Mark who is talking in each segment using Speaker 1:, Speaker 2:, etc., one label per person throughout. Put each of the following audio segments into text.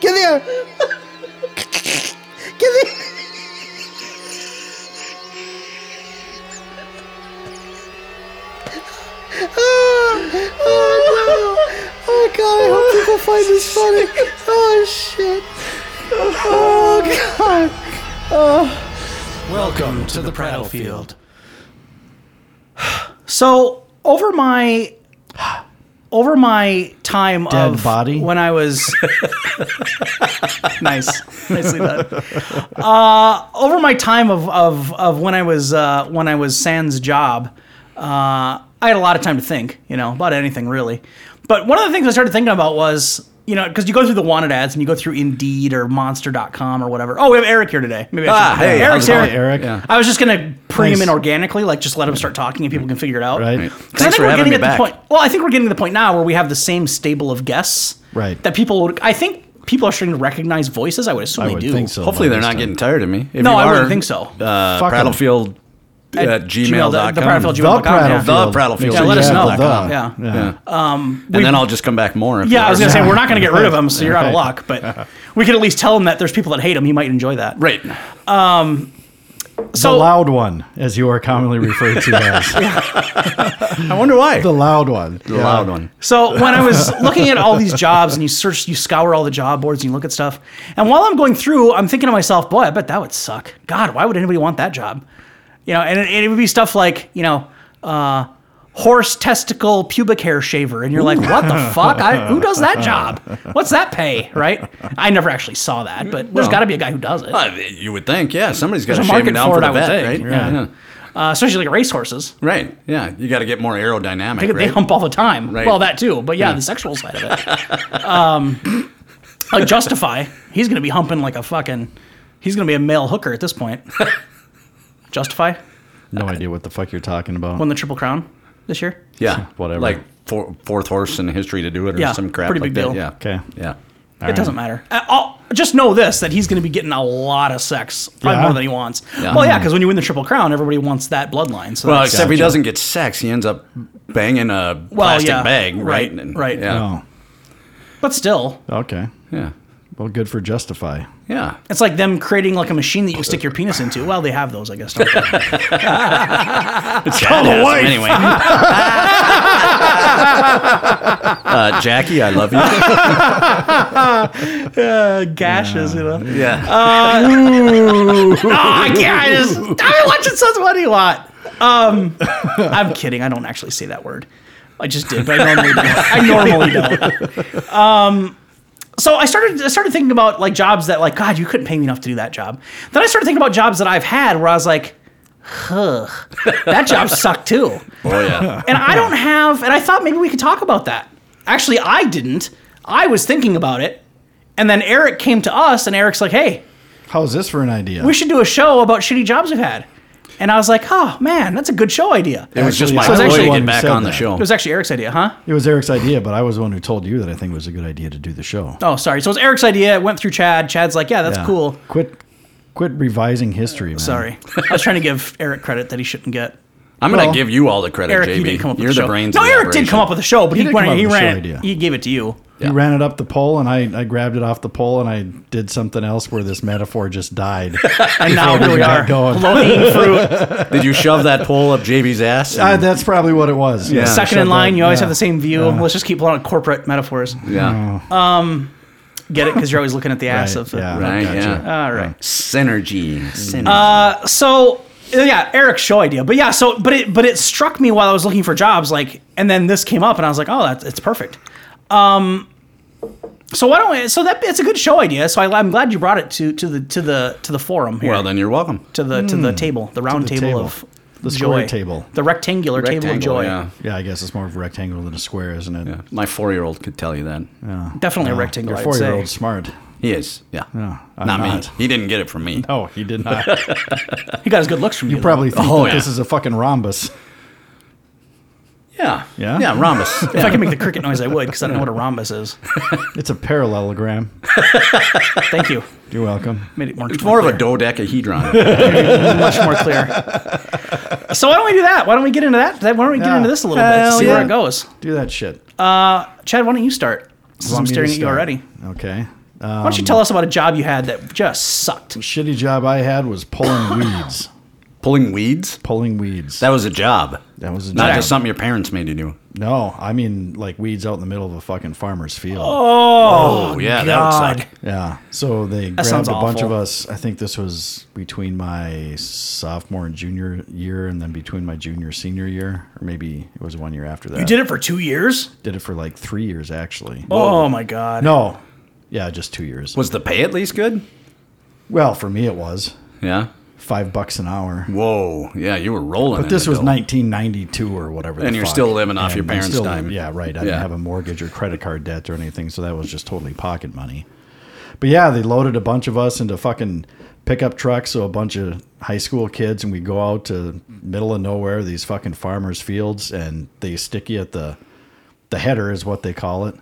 Speaker 1: here. Get in. Oh, oh no. Oh god, I hope people find this funny. Oh shit. Oh god.
Speaker 2: Welcome to the prattle field.
Speaker 3: So over my over my time
Speaker 1: Dead
Speaker 3: of
Speaker 1: body?
Speaker 3: when I was nice, nicely done. Uh, over my time of of of when I was uh, when I was Sans job, uh, I had a lot of time to think, you know, about anything really. But one of the things I started thinking about was. You know, because you go through the wanted ads and you go through Indeed or Monster.com or whatever. Oh, we have Eric here today. Maybe I
Speaker 2: Ah,
Speaker 3: should-
Speaker 2: hey, how's
Speaker 3: Eric's
Speaker 2: it
Speaker 3: here.
Speaker 2: going,
Speaker 1: Eric?
Speaker 2: Yeah.
Speaker 3: I was just gonna bring him in
Speaker 1: Nice.
Speaker 3: organically, like just let him start talking and people can figure it out.
Speaker 1: Right. Right.
Speaker 3: 'Cause I
Speaker 2: Thanks
Speaker 3: think
Speaker 2: for
Speaker 3: we're
Speaker 2: having
Speaker 3: getting
Speaker 2: me
Speaker 3: at the
Speaker 2: back.
Speaker 3: point- well, I think we're getting to the point now where we have the same stable of guests.
Speaker 1: Right.
Speaker 3: That people, would, I think people are starting to recognize voices. I would assume
Speaker 1: I
Speaker 3: they
Speaker 1: would
Speaker 3: do.
Speaker 1: think so.
Speaker 2: Hopefully
Speaker 1: by
Speaker 2: they're
Speaker 1: this
Speaker 2: not
Speaker 1: time.
Speaker 2: getting tired of me. If
Speaker 3: No,
Speaker 2: you
Speaker 3: I
Speaker 2: are,
Speaker 3: wouldn't think so.
Speaker 2: Uh,
Speaker 1: Fuck 'em.
Speaker 2: prattlefield at,
Speaker 3: At
Speaker 2: gmail.com.
Speaker 3: gmail- the prattlefield
Speaker 1: The
Speaker 3: gmail dot com, yeah.
Speaker 1: Prattlefield.
Speaker 2: The Prattlefield.
Speaker 3: Yeah, let us know.
Speaker 1: the-
Speaker 3: Yeah.
Speaker 2: Yeah. and then I'll just come back more. if
Speaker 3: Uh, yeah, I was
Speaker 2: you
Speaker 3: gonna
Speaker 2: are.
Speaker 3: say we're not gonna get rid of him, so you're out of
Speaker 1: Right.
Speaker 3: luck. But we could at least tell him that there's people that hate him. He might enjoy that.
Speaker 2: Right.
Speaker 1: The
Speaker 3: So
Speaker 1: loud one, as you are commonly referred to as.
Speaker 2: I wonder why.
Speaker 1: The loud one.
Speaker 2: The loud one.
Speaker 3: So when I was looking at all these jobs and you search, you scour all the job boards and you look at stuff. And while I'm going through, I'm thinking to myself, boy, I bet that would suck. God, why would anybody want that job? You know, and it, and it would be stuff like, you know, uh, horse testicle pubic hair shaver. And you're like, what the fuck? I, who does that job? What's that pay? Right? I never actually saw that, but there's got to be a guy who does it,
Speaker 2: Uh, you would think, yeah, somebody's got to
Speaker 3: There's a
Speaker 2: shave
Speaker 3: market
Speaker 2: him down
Speaker 3: for
Speaker 2: for
Speaker 3: it, I
Speaker 2: the
Speaker 3: would
Speaker 2: vet, right?
Speaker 3: think.
Speaker 2: Yeah. yeah.
Speaker 3: uh, especially like racehorses.
Speaker 2: Right. Yeah. You got to get more aerodynamic.
Speaker 3: They- They
Speaker 2: right?
Speaker 3: hump all the time.
Speaker 2: Right.
Speaker 3: Well, that too. But yeah, the sexual side of it. Um, like Justify, he's gonna be humping like a fucking. He's gonna be a male hooker at this point. Justify
Speaker 1: No idea what the fuck you're talking about.
Speaker 3: won the Triple Crown this year.
Speaker 2: Yeah.
Speaker 1: Whatever.
Speaker 2: Like four, fourth horse in history to do it or
Speaker 3: Yeah,
Speaker 2: some crap
Speaker 3: pretty
Speaker 2: like
Speaker 3: big
Speaker 2: that.
Speaker 3: deal.
Speaker 2: Yeah.
Speaker 1: okay.
Speaker 2: Yeah.
Speaker 3: it doesn't matter. Uh, I'll, just know this: that he's gonna be getting a lot of sex, probably
Speaker 1: Yeah.
Speaker 3: more than he wants.
Speaker 2: Yeah.
Speaker 3: Well, yeah, because when you win the Triple Crown, everybody wants that bloodline. So
Speaker 2: Well,
Speaker 3: that's-
Speaker 2: except if he doesn't get sex, he ends up banging a
Speaker 3: Well,
Speaker 2: plastic
Speaker 3: yeah.
Speaker 2: bag, right?
Speaker 3: Right, right.
Speaker 2: Yeah.
Speaker 1: Oh,
Speaker 3: but still,
Speaker 1: okay.
Speaker 2: Yeah.
Speaker 1: Well, good for Justify.
Speaker 2: Yeah.
Speaker 3: it's like them creating like a machine that you stick your penis into. Well, they have those, I guess. don't they?
Speaker 2: It's called
Speaker 1: a wife.
Speaker 2: Anyway. uh, Jackie, I love you.
Speaker 3: Uh, gashes, you know.
Speaker 2: Yeah.
Speaker 3: Oh, I can't. I just, I watch it so funny a lot. Um, I'm kidding. I don't actually say that word. I just did, but I normally don't. I normally don't. Um, so I started. I started thinking about like jobs that like God, you couldn't pay me enough to do that job. Then I started thinking about jobs that I've had where I was like, huh, that job sucked too.
Speaker 2: oh, yeah.
Speaker 3: And I don't have. And I thought maybe we could talk about that. Actually, I didn't. I was thinking about it, and then Eric came to us, and Eric's like, hey
Speaker 1: How's this for an idea?
Speaker 3: we should do a show about shitty jobs we've had. And I was like, oh man, that's a good show idea.
Speaker 2: It was just
Speaker 1: Actually,
Speaker 2: my
Speaker 1: I
Speaker 3: was
Speaker 2: so
Speaker 3: actually
Speaker 2: to
Speaker 3: one
Speaker 2: get
Speaker 1: who
Speaker 2: back
Speaker 1: said
Speaker 2: on the
Speaker 1: that.
Speaker 2: show.
Speaker 3: It was actually Eric's idea, huh?
Speaker 1: it was Eric's idea, but I was the one who told you that I think it was a good idea to do the show.
Speaker 3: Oh, sorry. So it was Eric's idea. It went through Chad. Chad's like, yeah, that's
Speaker 1: Yeah.
Speaker 3: cool. Uh,
Speaker 1: Quit, quit revising history, man.
Speaker 3: Sorry. I was trying to give Eric credit that he shouldn't get.
Speaker 2: I'm going to
Speaker 1: Well,
Speaker 2: give you all the credit,
Speaker 3: Eric,
Speaker 2: JB.
Speaker 3: you didn't come up with
Speaker 2: You're
Speaker 3: the show.
Speaker 2: the brains.
Speaker 3: no,
Speaker 2: of the
Speaker 3: Eric did come up with the show, but he,
Speaker 1: did
Speaker 3: went,
Speaker 1: come up
Speaker 3: he
Speaker 1: with the show
Speaker 3: ran it.
Speaker 1: idea.
Speaker 3: He gave it to you.
Speaker 1: You ran it up the pole, and I, I grabbed it off the pole, and I did something else where this metaphor just died.
Speaker 3: And now here we
Speaker 1: got
Speaker 3: are.
Speaker 1: going.
Speaker 3: Low-hanging fruit.
Speaker 2: operation. Did you shove that pole up JB's ass?
Speaker 1: Uh,
Speaker 3: Oh,
Speaker 2: And-
Speaker 1: that's probably what it was. Yeah.
Speaker 3: Second
Speaker 1: Shut
Speaker 3: in line,
Speaker 1: that-
Speaker 3: you always
Speaker 1: yeah.
Speaker 3: have the same view. Let's just keep pulling out corporate metaphors.
Speaker 2: yeah.
Speaker 3: Get it? Because you're always looking at the ass
Speaker 1: Right,
Speaker 3: of the.
Speaker 1: yeah,
Speaker 2: Right,
Speaker 1: gotcha.
Speaker 2: yeah.
Speaker 3: All right.
Speaker 2: Synergy.
Speaker 3: Uh, so yeah, Eric's show idea. But yeah, so but it but it struck me while I was looking for jobs, like, and then this came up, and I was like, oh, that's it's perfect. Um, so why don't we? So that it's a good show idea. So I, I'm glad you brought it to to the to the to the forum here.
Speaker 2: well, then you're welcome.
Speaker 3: to the Hmm. to the table, the round
Speaker 1: the
Speaker 3: table,
Speaker 1: table.
Speaker 3: of
Speaker 1: The square
Speaker 3: joy
Speaker 1: table.
Speaker 3: the rectangular table of
Speaker 2: Rectangle,
Speaker 3: joy.
Speaker 2: Yeah.
Speaker 1: Yeah, I guess it's more of a rectangle than a square, isn't it?
Speaker 2: Yeah. My four year old could tell you that.
Speaker 3: Definitely a
Speaker 1: Your
Speaker 3: rectangle. I'd
Speaker 1: four year
Speaker 3: say.
Speaker 1: old's smart.
Speaker 2: He is. Yeah.
Speaker 1: I'm
Speaker 2: not,
Speaker 1: not.
Speaker 2: me. He didn't get it from me.
Speaker 1: Oh, he did not.
Speaker 3: He got his good looks from you. though.
Speaker 1: Probably think
Speaker 2: Oh,
Speaker 1: that
Speaker 2: yeah.
Speaker 1: this is a fucking rhombus.
Speaker 2: Yeah.
Speaker 1: Yeah?
Speaker 2: Yeah. Rhombus.
Speaker 3: If I could make the cricket noise, I would, because I don't know what a rhombus is.
Speaker 1: It's a parallelogram.
Speaker 3: Thank you.
Speaker 1: You're welcome.
Speaker 3: Made it more.
Speaker 2: It's more of a dodecahedron.
Speaker 3: much more clear. So why don't we do that? Why don't we get into that? Why don't we get
Speaker 1: Yeah.
Speaker 3: into this a little bit?
Speaker 1: Hell
Speaker 3: See where
Speaker 1: yeah.
Speaker 3: it goes.
Speaker 1: Do that shit.
Speaker 3: Chad, why don't you start? Since
Speaker 1: Want
Speaker 3: I'm
Speaker 1: me to
Speaker 3: staring at you
Speaker 1: start?
Speaker 3: already.
Speaker 1: Okay.
Speaker 3: Why don't you tell us about a job you had that just sucked?
Speaker 1: Shitty job I had was pulling weeds.
Speaker 2: Pulling weeds?
Speaker 1: Pulling weeds.
Speaker 2: That was a job.
Speaker 1: That was a
Speaker 2: Not
Speaker 1: job.
Speaker 2: just something your parents made you do.
Speaker 1: No, I mean like weeds out in the middle of a fucking farmer's field.
Speaker 2: Oh, yeah, that
Speaker 3: God.
Speaker 2: would suck.
Speaker 1: Yeah. So they grabbed
Speaker 3: sounds
Speaker 1: a bunch of
Speaker 3: awful.
Speaker 1: us. I think this was between my sophomore and junior year, and then between my junior senior year, or maybe it was one year after that.
Speaker 3: You did it for two years?
Speaker 1: Did it for like three years actually.
Speaker 3: Oh my god.
Speaker 1: No. Yeah, just two years.
Speaker 2: Was the pay at least good?
Speaker 1: Well, for me it was
Speaker 2: Yeah.
Speaker 1: five bucks an hour.
Speaker 2: Whoa. Yeah, you were rolling.
Speaker 1: But
Speaker 2: in
Speaker 1: this
Speaker 2: the
Speaker 1: was
Speaker 2: dough.
Speaker 1: 1992 or whatever. the
Speaker 2: And you're
Speaker 1: fuck.
Speaker 2: still living off your
Speaker 1: I'm
Speaker 2: parents' dime.
Speaker 1: Yeah, right. I
Speaker 2: Yeah.
Speaker 1: didn't have a mortgage or credit card debt or anything, so that was just totally pocket money. But yeah, they loaded a bunch of us into fucking pickup trucks, so a bunch of high school kids, and we go out to middle of nowhere, these fucking farmers' fields, and they stick you at the the header is what they call it.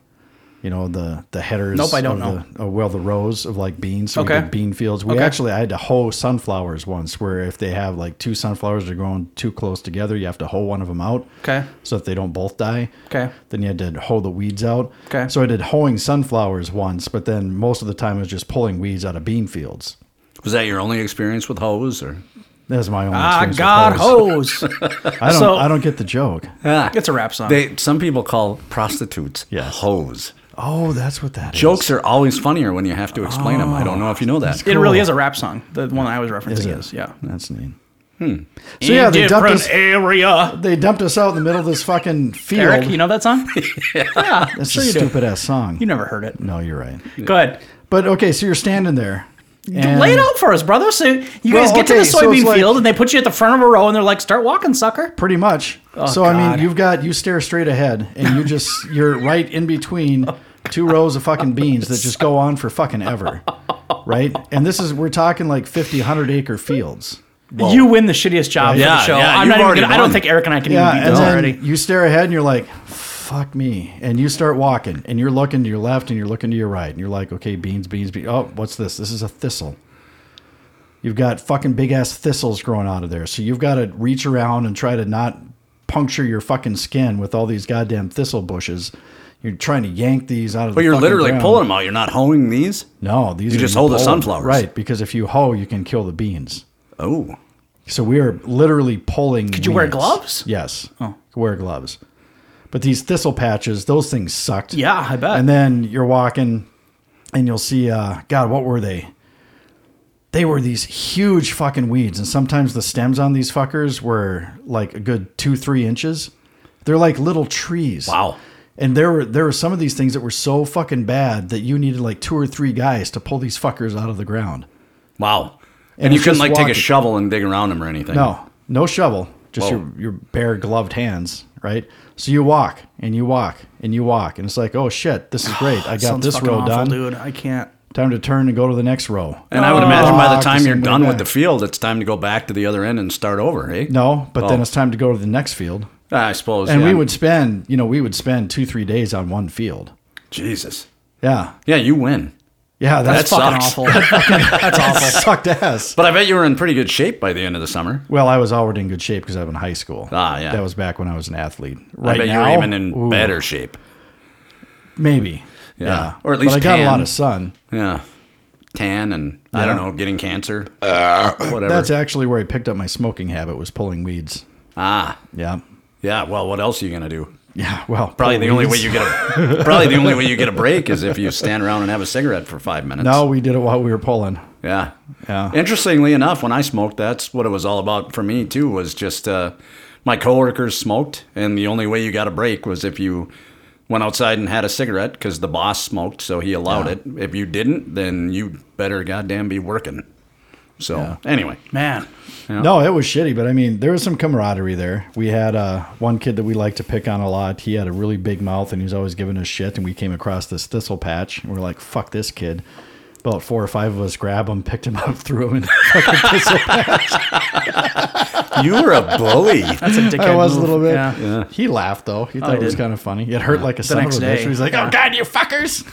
Speaker 1: You know the the headers.
Speaker 3: Nope, I don't
Speaker 1: of
Speaker 3: know.
Speaker 1: The, oh, well, the rows of like beans. So
Speaker 3: Okay.
Speaker 1: we did bean fields. We
Speaker 3: Okay.
Speaker 1: actually I had to hoe sunflowers once, where if they have like two sunflowers that are growing too close together, you have to hoe one of them out.
Speaker 3: Okay.
Speaker 1: So if they don't both die.
Speaker 3: Okay.
Speaker 1: Then you had to hoe the weeds out.
Speaker 3: Okay.
Speaker 1: So I did hoeing sunflowers once, but then most of the time it was just pulling weeds out of bean fields.
Speaker 2: Was that your only experience with hoes or?
Speaker 1: That was my only.
Speaker 3: Ah
Speaker 1: experience with
Speaker 3: god
Speaker 1: hoes.
Speaker 3: hose.
Speaker 1: I don't.
Speaker 3: So-
Speaker 1: I don't get the joke.
Speaker 2: Ah,
Speaker 3: It's a rap song.
Speaker 2: They some people call prostitutes
Speaker 1: Yes.
Speaker 2: hoes.
Speaker 1: Oh, that's what that is.
Speaker 2: Jokes are always funnier when you have to explain them. I don't know if you know that.
Speaker 3: it really is a rap song. The one I was referencing
Speaker 1: Is
Speaker 3: is,
Speaker 1: it?
Speaker 3: yeah.
Speaker 1: That's neat. Hmm. So yeah, they dumped
Speaker 3: Different
Speaker 1: us.
Speaker 3: area.
Speaker 1: They dumped us out in the middle of this fucking field.
Speaker 3: Eric, you know that song? yeah.
Speaker 1: That's
Speaker 3: sure
Speaker 1: a
Speaker 3: you do.
Speaker 1: stupid ass song.
Speaker 3: You never heard it.
Speaker 1: No, you're right.
Speaker 3: Go ahead.
Speaker 1: But okay, so you're standing there.
Speaker 3: Lay it
Speaker 1: and
Speaker 3: out for us, brother. So you
Speaker 1: Well,
Speaker 3: guys get to
Speaker 1: okay,
Speaker 3: the
Speaker 1: so it's
Speaker 3: soybean
Speaker 1: like-
Speaker 3: field and they put you at the front of a row and they're like, start walking, sucker.
Speaker 1: Pretty much. so I
Speaker 3: Oh, God.
Speaker 1: mean, you've got you stare straight ahead, and you just you're right in between two rows of fucking beans that just go on for fucking ever, right? And this is we're talking like 50, 100 acre fields.
Speaker 3: You win the shittiest job
Speaker 2: Yeah,
Speaker 3: of the show.
Speaker 2: yeah,
Speaker 3: I'm
Speaker 2: you've
Speaker 3: not even
Speaker 2: already
Speaker 3: gonna, I don't
Speaker 2: won.
Speaker 3: think Eric and I can even
Speaker 1: Yeah,
Speaker 3: beat
Speaker 1: and
Speaker 3: this
Speaker 1: then
Speaker 3: already.
Speaker 1: you stare ahead and you're like, "Fuck me!" And you start walking, and you're looking to your left, and you're looking to your right, and you're like, "Okay, beans, beans, beans. Oh, what's this? This is a thistle. You've got fucking big ass thistles growing out of there, so you've got to reach around and try to not puncture your fucking skin with all these goddamn thistle bushes. You're trying to yank these out of.
Speaker 2: But
Speaker 1: the
Speaker 2: you're
Speaker 1: fucking
Speaker 2: literally
Speaker 1: ground.
Speaker 2: pulling them out. You're not hoeing these.
Speaker 1: No, these
Speaker 2: You
Speaker 1: are
Speaker 2: just hold the
Speaker 1: pull 'em.
Speaker 2: sunflowers.
Speaker 1: right? Because if you hoe, you can kill the beans.
Speaker 2: Oh,
Speaker 1: So we are literally pulling. Could
Speaker 3: you wear gloves?
Speaker 1: Yes. Oh. Wear gloves. But these thistle patches, those things sucked.
Speaker 3: yeah, I bet.
Speaker 1: And then you're walking and you'll see, uh, God, what were they? They were these huge fucking weeds. And sometimes the stems on these fuckers were like a good two, three inches. They're like little trees.
Speaker 2: Wow.
Speaker 1: And there were there were some of these things that were so fucking bad that you needed like two or three guys to pull these fuckers out of the ground.
Speaker 2: wow. And,
Speaker 1: And
Speaker 2: you
Speaker 1: it's
Speaker 2: couldn't
Speaker 1: just
Speaker 2: like take
Speaker 1: walking.
Speaker 2: a shovel and dig around them or anything.
Speaker 1: No, no shovel, just
Speaker 2: Whoa.
Speaker 1: your, your bare gloved hands, right? So you walk and you walk and you walk, and it's like, oh shit, this is great. I got
Speaker 3: Sounds
Speaker 1: this
Speaker 3: fucking
Speaker 1: row
Speaker 3: awful,
Speaker 1: done.
Speaker 3: dude. I can't.
Speaker 1: Time to turn and go to the next row.
Speaker 2: And I would imagine by the time
Speaker 1: just
Speaker 2: you're
Speaker 1: way
Speaker 2: done with
Speaker 1: back.
Speaker 2: the field, it's time to go back to the other end and start over, eh?
Speaker 1: No, but then
Speaker 2: Oh.
Speaker 1: it's time to go to the next field.
Speaker 2: I suppose.
Speaker 1: And
Speaker 2: yeah.
Speaker 1: we would spend, you know, we would spend two, three days on one field.
Speaker 2: Jesus.
Speaker 1: Yeah.
Speaker 2: Yeah, you win.
Speaker 1: Yeah, that's
Speaker 2: That's
Speaker 1: fucking
Speaker 3: Fucking
Speaker 2: Sucks.
Speaker 3: awful. That's awful.
Speaker 1: sucked ass.
Speaker 2: But I bet you were in pretty good shape by the end of the summer.
Speaker 1: Well, I was already in good shape because I was in high school.
Speaker 2: Ah, yeah.
Speaker 1: That was back when I was an athlete. Right
Speaker 2: I bet
Speaker 1: now,
Speaker 2: you were even in
Speaker 1: ooh,
Speaker 2: better shape.
Speaker 1: Maybe.
Speaker 2: Yeah. Or at least
Speaker 1: but I got a
Speaker 2: tan.
Speaker 1: lot of sun.
Speaker 2: Yeah. Tan and I don't
Speaker 1: Yeah.
Speaker 2: know, getting cancer. whatever.
Speaker 1: That's actually where I picked up my smoking habit was pulling weeds.
Speaker 2: ah.
Speaker 1: Yeah.
Speaker 2: Yeah. Well, what else are you gonna do?
Speaker 1: Yeah. Well,
Speaker 2: Probably
Speaker 1: pull
Speaker 2: the only way
Speaker 1: weeds.
Speaker 2: you get a probably the only way you get a break is if you stand around and have a cigarette for five minutes.
Speaker 1: No, we did it while we were pulling.
Speaker 2: Yeah.
Speaker 1: Yeah.
Speaker 2: Interestingly enough, when I smoked, that's what it was all about for me too. Was just uh, my coworkers smoked, and the only way you got a break was if you went outside and had a cigarette because the boss smoked, so he allowed it. If you didn't, then you better goddamn be working. So anyway,
Speaker 3: Man.
Speaker 1: No, it was shitty, but I mean, there was some camaraderie there. We had uh, one kid that we liked to pick on a lot. He had a really big mouth and he was always giving us shit. And we came across this thistle patch and we are like, fuck this kid. About four or five of us grabbed him, picked him up, threw him in the fucking thistle patch.
Speaker 2: you were a bully.
Speaker 3: That's a dickhead
Speaker 1: I was a
Speaker 3: move.
Speaker 1: little bit.
Speaker 3: Yeah.
Speaker 1: He laughed though.
Speaker 2: Oh,
Speaker 1: He thought it was
Speaker 3: did.
Speaker 1: kind of funny. It hurt like a son of
Speaker 3: next
Speaker 1: a
Speaker 3: day.
Speaker 1: bitch. He was like, oh, God, you fuckers.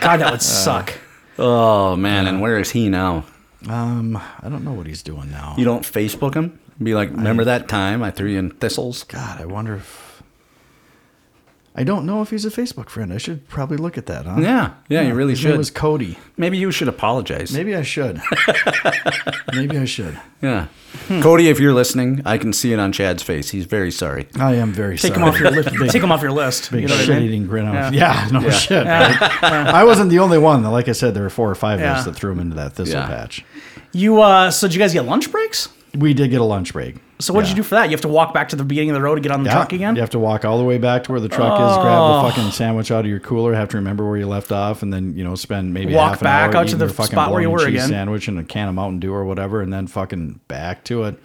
Speaker 3: God, that would
Speaker 1: Uh,
Speaker 3: suck.
Speaker 2: oh man, and where is he now?
Speaker 1: um, I don't know what he's doing now.
Speaker 2: You don't Facebook him? Be like, remember that time I threw you in thistles?
Speaker 1: God, I wonder if I don't know if he's a Facebook friend. I should probably look at that, huh?
Speaker 2: Yeah, yeah, you really
Speaker 1: His name
Speaker 2: should.
Speaker 1: was Cody.
Speaker 2: Maybe you should apologize.
Speaker 1: Maybe I should. Maybe I should.
Speaker 2: Yeah, Cody, if you're listening, I can see it on Chad's face. He's very sorry.
Speaker 1: I am very
Speaker 3: Take
Speaker 1: sorry.
Speaker 3: them off your list. Take them off your list.
Speaker 1: Big
Speaker 3: You know what I mean?
Speaker 1: shit-eating grin on my
Speaker 3: Yeah.
Speaker 1: Yeah, no shit.
Speaker 3: Yeah.
Speaker 1: I wasn't the only one. Like I said, there were four or five of
Speaker 3: Yeah.
Speaker 1: us that threw him into that thistle
Speaker 2: Yeah.
Speaker 1: patch.
Speaker 3: You uh, so did you guys get lunch breaks?
Speaker 1: We did get a lunch break.
Speaker 3: So what did you do for that? You have to walk back to the beginning of the road to get on the truck again. Oh.
Speaker 1: You have to walk all the way back to where the truck is, grab the fucking sandwich out of your cooler, have to remember where you left off, and then you know spend maybe
Speaker 3: Walk
Speaker 1: half an
Speaker 3: back
Speaker 1: hour
Speaker 3: out to
Speaker 1: eating
Speaker 3: the
Speaker 1: your fucking
Speaker 3: spot where you
Speaker 1: bologna
Speaker 3: were
Speaker 1: cheese
Speaker 3: again.
Speaker 1: sandwich and a can of Mountain Dew or whatever, and then fucking back to it.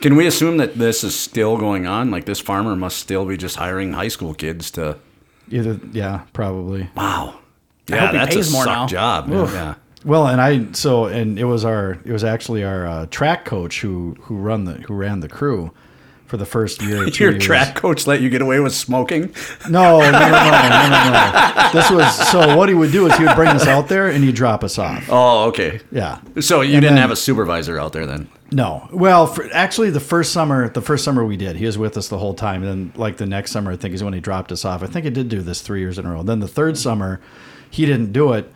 Speaker 2: Can we assume that this is still going on? Like this farmer must still be just hiring high school kids to.
Speaker 1: Either yeah, probably.
Speaker 2: Wow. Yeah,
Speaker 3: hope he
Speaker 2: that's
Speaker 3: pays
Speaker 2: a
Speaker 3: more
Speaker 2: suck
Speaker 3: now.
Speaker 2: job. man. Yeah.
Speaker 1: Well, and I so and it was our it was actually our uh, track coach who who run the who ran the crew for the first year. Or two
Speaker 2: Your
Speaker 1: years.
Speaker 2: track coach let you get away with smoking.
Speaker 1: No, no, no, no, no, no, no. This was so. What he would do is he would bring us out there and he'd drop us off.
Speaker 2: Oh, okay.
Speaker 1: Yeah.
Speaker 2: So you didn't
Speaker 1: then-
Speaker 2: have a supervisor out there then?
Speaker 1: No. Well, for, actually, the first summer, the first summer we did, he was with us the whole time. And then, like the next summer, I think is when he dropped us off. I think he did do this three years in a row. Then the third summer, he didn't do it,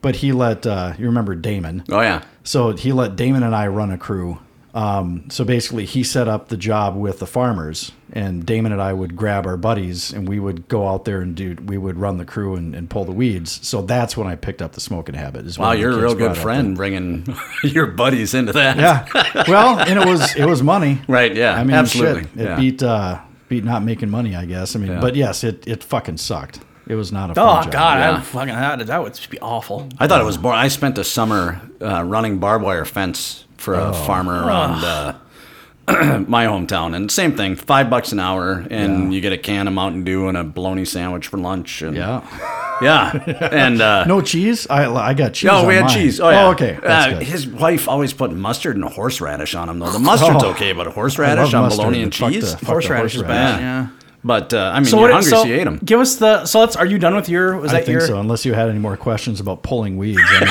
Speaker 1: but he let uh, you remember Damon.
Speaker 2: Oh yeah.
Speaker 1: So he let Damon and I run a crew. Um, so basically, he set up the job with the farmers, and Damon and I would grab our buddies, and we would go out there and do. We would run the crew and, and pull the weeds. So that's when I picked up the smoking habit. Is when
Speaker 2: Wow,
Speaker 1: the
Speaker 2: you're a
Speaker 1: kids
Speaker 2: real good
Speaker 1: brought up
Speaker 2: friend bringing your buddies into that.
Speaker 1: that. Yeah. Well, and it was it was money.
Speaker 2: Right, yeah,
Speaker 1: I mean,
Speaker 2: absolutely,
Speaker 1: shit, it
Speaker 2: yeah.
Speaker 1: beat uh, beat not making money, I guess. I mean, but yes, it it fucking sucked. It was not a fun
Speaker 3: Oh
Speaker 1: job.
Speaker 3: God, I
Speaker 2: Yeah.
Speaker 3: would fucking that, would- that would be awful.
Speaker 2: I thought it was boring. I spent a summer uh, running barbed wire fence for
Speaker 1: Oh.
Speaker 2: a farmer around uh, my hometown, and same thing, five bucks an hour, and you get a can of Mountain Dew and a bologna sandwich for lunch, and
Speaker 1: Yeah.
Speaker 2: yeah, and uh,
Speaker 1: No cheese. I I got cheese.
Speaker 2: Oh,
Speaker 1: on
Speaker 2: we had
Speaker 1: mine.
Speaker 2: cheese. Oh, yeah.
Speaker 1: okay. That's
Speaker 2: Uh,
Speaker 1: good.
Speaker 2: his wife always put mustard and horseradish on them, though. The mustard's
Speaker 1: Oh.
Speaker 2: okay, but
Speaker 1: I
Speaker 2: horseradish
Speaker 1: love
Speaker 2: on
Speaker 1: mustard,
Speaker 2: bologna and
Speaker 1: but fuck
Speaker 2: cheese?
Speaker 1: the- fuck the
Speaker 3: Horseradish is bad.
Speaker 2: Yeah.
Speaker 3: Yeah.
Speaker 2: But, uh, I mean,
Speaker 3: So
Speaker 2: you're
Speaker 3: what?
Speaker 2: hungry,
Speaker 3: so
Speaker 2: so you ate them.
Speaker 3: give us the. So let's. Are you done with your? Was
Speaker 1: I
Speaker 3: that
Speaker 1: think
Speaker 3: your?
Speaker 1: so. Unless you had any more questions about pulling weeds, I mean,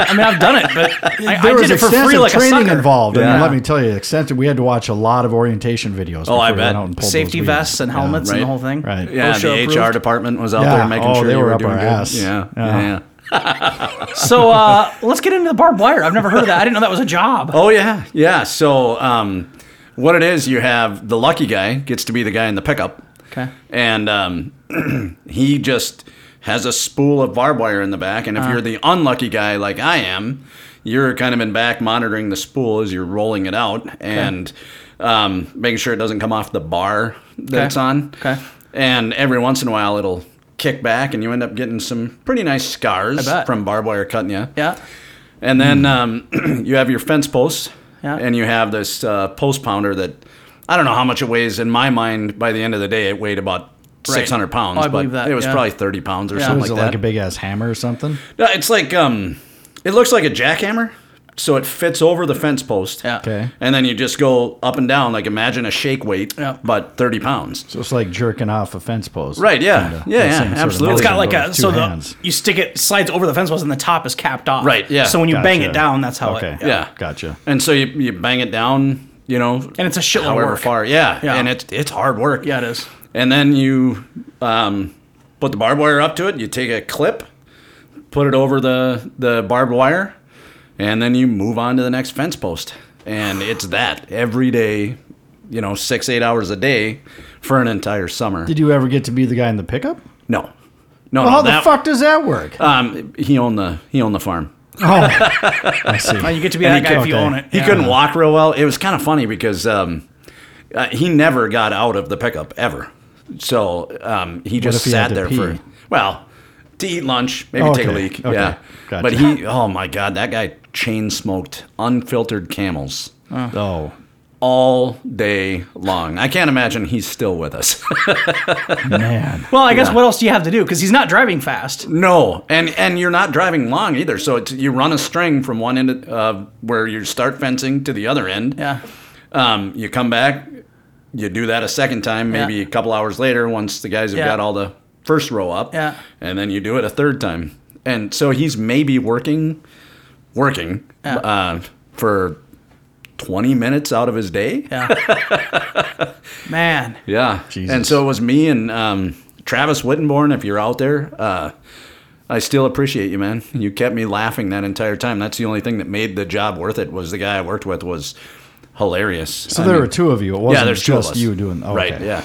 Speaker 3: I, I mean, I've done it, but I, I
Speaker 1: there was
Speaker 3: did it for free
Speaker 1: extensive
Speaker 3: like a
Speaker 1: training
Speaker 3: sucker.
Speaker 1: involved. I
Speaker 2: Yeah.
Speaker 1: mean, let me tell you, extensive. We had to watch a lot of orientation videos. before
Speaker 2: Oh, I
Speaker 1: we went
Speaker 2: bet.
Speaker 1: out and pulled
Speaker 3: Safety
Speaker 1: those weeds.
Speaker 3: vests and
Speaker 1: Yeah.
Speaker 3: helmets and
Speaker 2: Right.
Speaker 3: the whole thing.
Speaker 1: Right.
Speaker 2: yeah, and
Speaker 3: OSHA
Speaker 2: the HR
Speaker 3: Oh, approved?
Speaker 2: department was out
Speaker 1: Yeah.
Speaker 2: there making
Speaker 1: Oh,
Speaker 2: sure
Speaker 1: they
Speaker 2: you
Speaker 1: were
Speaker 2: were
Speaker 1: up
Speaker 2: doing
Speaker 1: our
Speaker 2: good.
Speaker 1: ass.
Speaker 2: Yeah,
Speaker 1: Yeah.
Speaker 2: yeah, yeah.
Speaker 3: So uh, let's get into the barbed wire. I've never heard of that. I didn't know that was a job.
Speaker 2: Oh, yeah, yeah. So, um, what it is, you have the lucky guy gets to be the guy in the pickup.
Speaker 3: Okay.
Speaker 2: And um, he just has a spool of barbed wire in the back.
Speaker 3: Uh.
Speaker 2: And if you're the unlucky guy like I am, you're kind of in back monitoring the spool as you're rolling it out and um, making sure it doesn't come off the bar that
Speaker 3: Okay.
Speaker 2: it's on.
Speaker 3: Okay.
Speaker 2: And every once in a while, it'll kick back and you end up getting some pretty nice scars
Speaker 3: bet.
Speaker 2: from barbed wire cutting you.
Speaker 3: Yeah.
Speaker 2: And then um, you have your fence posts,
Speaker 3: Hmm. Yeah.
Speaker 2: and you have this uh, post pounder that I don't know how much it weighs. In my mind, by the end of the day, it weighed about
Speaker 3: Right.
Speaker 2: 600 pounds,
Speaker 3: Oh, I
Speaker 2: but
Speaker 3: believe that,
Speaker 2: it was
Speaker 3: yeah.
Speaker 2: probably 30 pounds or
Speaker 3: Yeah.
Speaker 2: something
Speaker 1: Was
Speaker 2: like
Speaker 1: it
Speaker 2: that.
Speaker 1: like a big ass hammer or something?
Speaker 2: No, it's like um, it looks like a jackhammer, so it fits over the fence post.
Speaker 3: Yeah.
Speaker 1: Okay.
Speaker 2: And then you just go up and down, like imagine a shake weight,
Speaker 3: Yeah.
Speaker 2: but 30 pounds.
Speaker 1: So it's like jerking off a fence post.
Speaker 2: Right, yeah. Yeah,
Speaker 1: That
Speaker 2: yeah,
Speaker 1: same sort of
Speaker 2: absolutely.
Speaker 3: It's
Speaker 2: It's
Speaker 1: motion,
Speaker 3: got like
Speaker 1: but
Speaker 3: a
Speaker 1: with
Speaker 3: so
Speaker 1: two
Speaker 3: the
Speaker 1: hands.
Speaker 3: you stick it slides over the fence was and the top is capped off.
Speaker 2: Right, yeah.
Speaker 3: So when you bang
Speaker 1: Gotcha.
Speaker 3: it down, that's how
Speaker 1: Okay.
Speaker 3: it.
Speaker 2: Yeah.
Speaker 1: Gotcha.
Speaker 2: And so you, you bang it down, you know,
Speaker 3: And it's a shitload of
Speaker 2: however
Speaker 3: work.
Speaker 2: far. Yeah.
Speaker 3: Yeah.
Speaker 2: And it's it's hard work.
Speaker 3: Yeah, it is.
Speaker 2: And then you um, put the barbed wire up to it. You take a clip, put it over the the barbed wire, and then you move on to the next fence post. And it's that every day, you know, six eight hours a day for an entire summer.
Speaker 1: Did you ever get to be the guy in the pickup?
Speaker 2: no, no,
Speaker 1: Well,
Speaker 2: no,
Speaker 1: how the
Speaker 2: that-
Speaker 1: fuck does that work?
Speaker 2: Um, he owned the he owned the farm.
Speaker 1: oh, I see.
Speaker 3: Oh, you get to be
Speaker 2: And
Speaker 3: that
Speaker 2: he
Speaker 3: guy
Speaker 2: could-
Speaker 3: if you
Speaker 1: okay.
Speaker 3: own it.
Speaker 2: He
Speaker 3: Yeah.
Speaker 2: couldn't walk real well. It was kind of funny because um, uh, he never got out of the pickup ever. So um, he just
Speaker 1: if he had
Speaker 2: sat
Speaker 1: to
Speaker 2: there for
Speaker 1: pee?
Speaker 2: well to eat lunch, maybe
Speaker 1: Oh,
Speaker 2: take a
Speaker 1: okay.
Speaker 2: leak.
Speaker 1: Okay.
Speaker 2: Yeah,
Speaker 1: Gotcha.
Speaker 2: but he oh my god, that guy chain smoked unfiltered camels
Speaker 3: Uh.
Speaker 1: oh,
Speaker 2: all day long. I can't imagine he's still with us.
Speaker 1: man.
Speaker 3: Well, I guess what else do you have to do? Because he's not driving fast.
Speaker 2: no, and and you're not driving long either. So it's, you run a string from one end of, uh, where you start fencing to the other end.
Speaker 3: Yeah.
Speaker 2: Um, you come back, you do that a second time, maybe
Speaker 3: Yeah.
Speaker 2: a couple hours later, once the guys have
Speaker 3: Yeah.
Speaker 2: got all the first row up,
Speaker 3: Yeah.
Speaker 2: and then you do it a third time. And so he's maybe working, working uh, for 20 minutes out of his day.
Speaker 3: Yeah. Man.
Speaker 2: Yeah.
Speaker 1: Jesus.
Speaker 2: And so it was me and um, Travis Wittenborn, if you're out there, uh, I still appreciate you, man. You kept me laughing that entire time. That's the only thing that made the job worth it. Was the guy I worked with was hilarious.
Speaker 1: So there were two of you. It wasn't
Speaker 2: yeah, there's two of
Speaker 1: just
Speaker 2: us.
Speaker 1: you doing. Oh,
Speaker 2: right.
Speaker 1: okay.
Speaker 2: Yeah.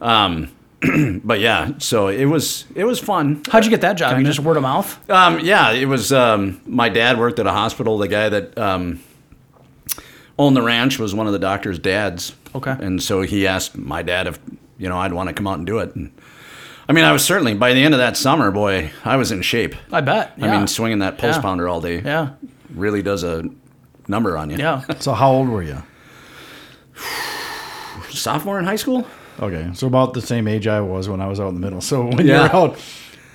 Speaker 2: Um, but yeah, so it was it was fun.
Speaker 3: How'd you get that job? You just word of mouth?
Speaker 2: Um, yeah, it was. Um, my dad worked at a hospital. The guy that um, owned the ranch was one of the doctor's dads.
Speaker 3: Okay.
Speaker 2: And so he asked my dad if you know I'd want to come out and do it. And I mean, I was certainly by the end of that summer, boy, I was in shape.
Speaker 3: I bet.
Speaker 2: I
Speaker 3: yeah.
Speaker 2: mean, swinging that pulse
Speaker 3: Yeah.
Speaker 2: pounder all day
Speaker 3: Yeah.
Speaker 2: really does a number on you.
Speaker 3: Yeah.
Speaker 1: So how old were you?
Speaker 2: Sophomore in high school.
Speaker 1: Okay, so about the same age I was when I was out in the middle. So when you
Speaker 2: Yeah.
Speaker 1: were out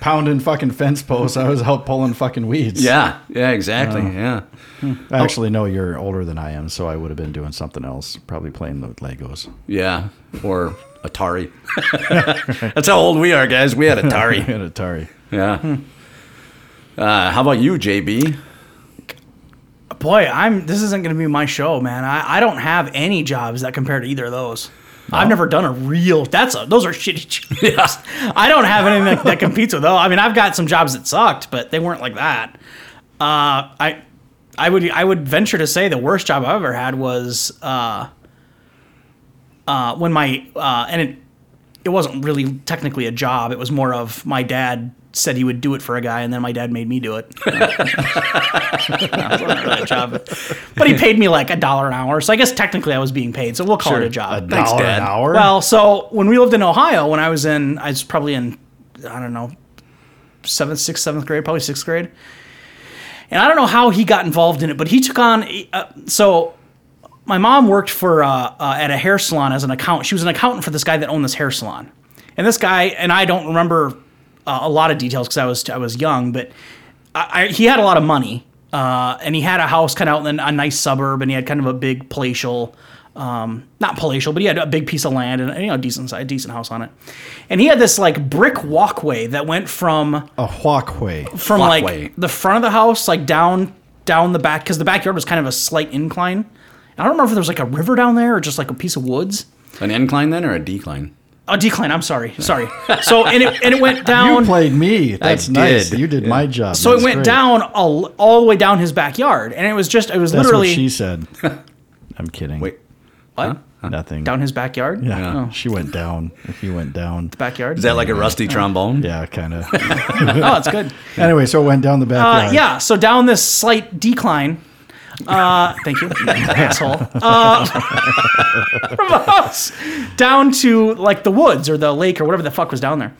Speaker 1: pounding fucking fence posts, I was out pulling fucking weeds.
Speaker 2: Yeah. Yeah. Exactly.
Speaker 3: Uh.
Speaker 2: Yeah.
Speaker 1: I actually know you're older than I am, so I would have been doing something else, probably playing the Legos.
Speaker 2: Yeah. Or Atari. That's how old we are, guys. We had Atari.
Speaker 1: At Atari.
Speaker 2: Yeah. Uh, how about you, JB?
Speaker 3: Boy, I'm. This isn't going to be my show, man. I, I don't have any jobs that compare to either of those. I've never done a real. That's a. Those are shitty jobs. I don't have anything that, that competes with those. I mean, I've got some jobs that sucked, but they weren't like that. Uh, I, I would. I would venture to say the worst job I've ever had was. Uh, uh, when my uh, and it it wasn't really technically a job. It was more of my dad said he would do it for a guy, and then my dad made me do it. It wasn't really a job, but he paid me like a dollar an hour. So I guess technically I was being paid. So we'll call it a job.
Speaker 1: A
Speaker 2: Thanks,
Speaker 1: dollar
Speaker 2: Dad.
Speaker 1: an hour?
Speaker 3: Uh, Well, so when we lived in Ohio, when I was in, I was probably in, I don't know, seventh, sixth, seventh grade, probably sixth grade. And I don't know how he got involved in it, but he took on. Uh, so my mom worked for uh, uh, at a hair salon as an accountant. She was an accountant for this guy that owned this hair salon, and this guy and I don't remember uh, a lot of details because I was I was young, but I, I, he had a lot of money, uh, and he had a house kind of out in a nice suburb, and he had kind of a big palatial, um, not palatial, but he had a big piece of land and you know decent size, decent house on it, and he had this like brick walkway that went from
Speaker 1: A walkway.
Speaker 3: from
Speaker 2: Walkway.
Speaker 3: like the front of the house, like down down the back, because the backyard was kind of a slight incline. I don't remember if there was like a river down there or just like a piece of woods.
Speaker 2: An incline then or a decline?
Speaker 3: A decline. I'm sorry, sorry. So and it and it went down.
Speaker 1: You played me. That's nice.
Speaker 2: did.
Speaker 1: You did my job.
Speaker 3: so it
Speaker 1: That's
Speaker 3: went
Speaker 1: great.
Speaker 3: down all, all the way down his backyard, and it was just it was
Speaker 1: That's
Speaker 3: literally
Speaker 1: what she said. I'm kidding.
Speaker 2: Wait.
Speaker 3: What?
Speaker 1: Nothing.
Speaker 3: down his backyard.
Speaker 1: Yeah.
Speaker 2: Yeah.
Speaker 1: She went down. He went down.
Speaker 3: Backyard.
Speaker 2: Is that like a rusty trombone?
Speaker 1: Yeah, kind of.
Speaker 3: oh, it's good.
Speaker 1: anyway, so it went down the
Speaker 3: Uh,
Speaker 1: backyard.
Speaker 3: yeah. So down this slight decline. Uh, thank you, asshole. Uh, from the house down to like the woods or the lake or whatever the fuck was down there.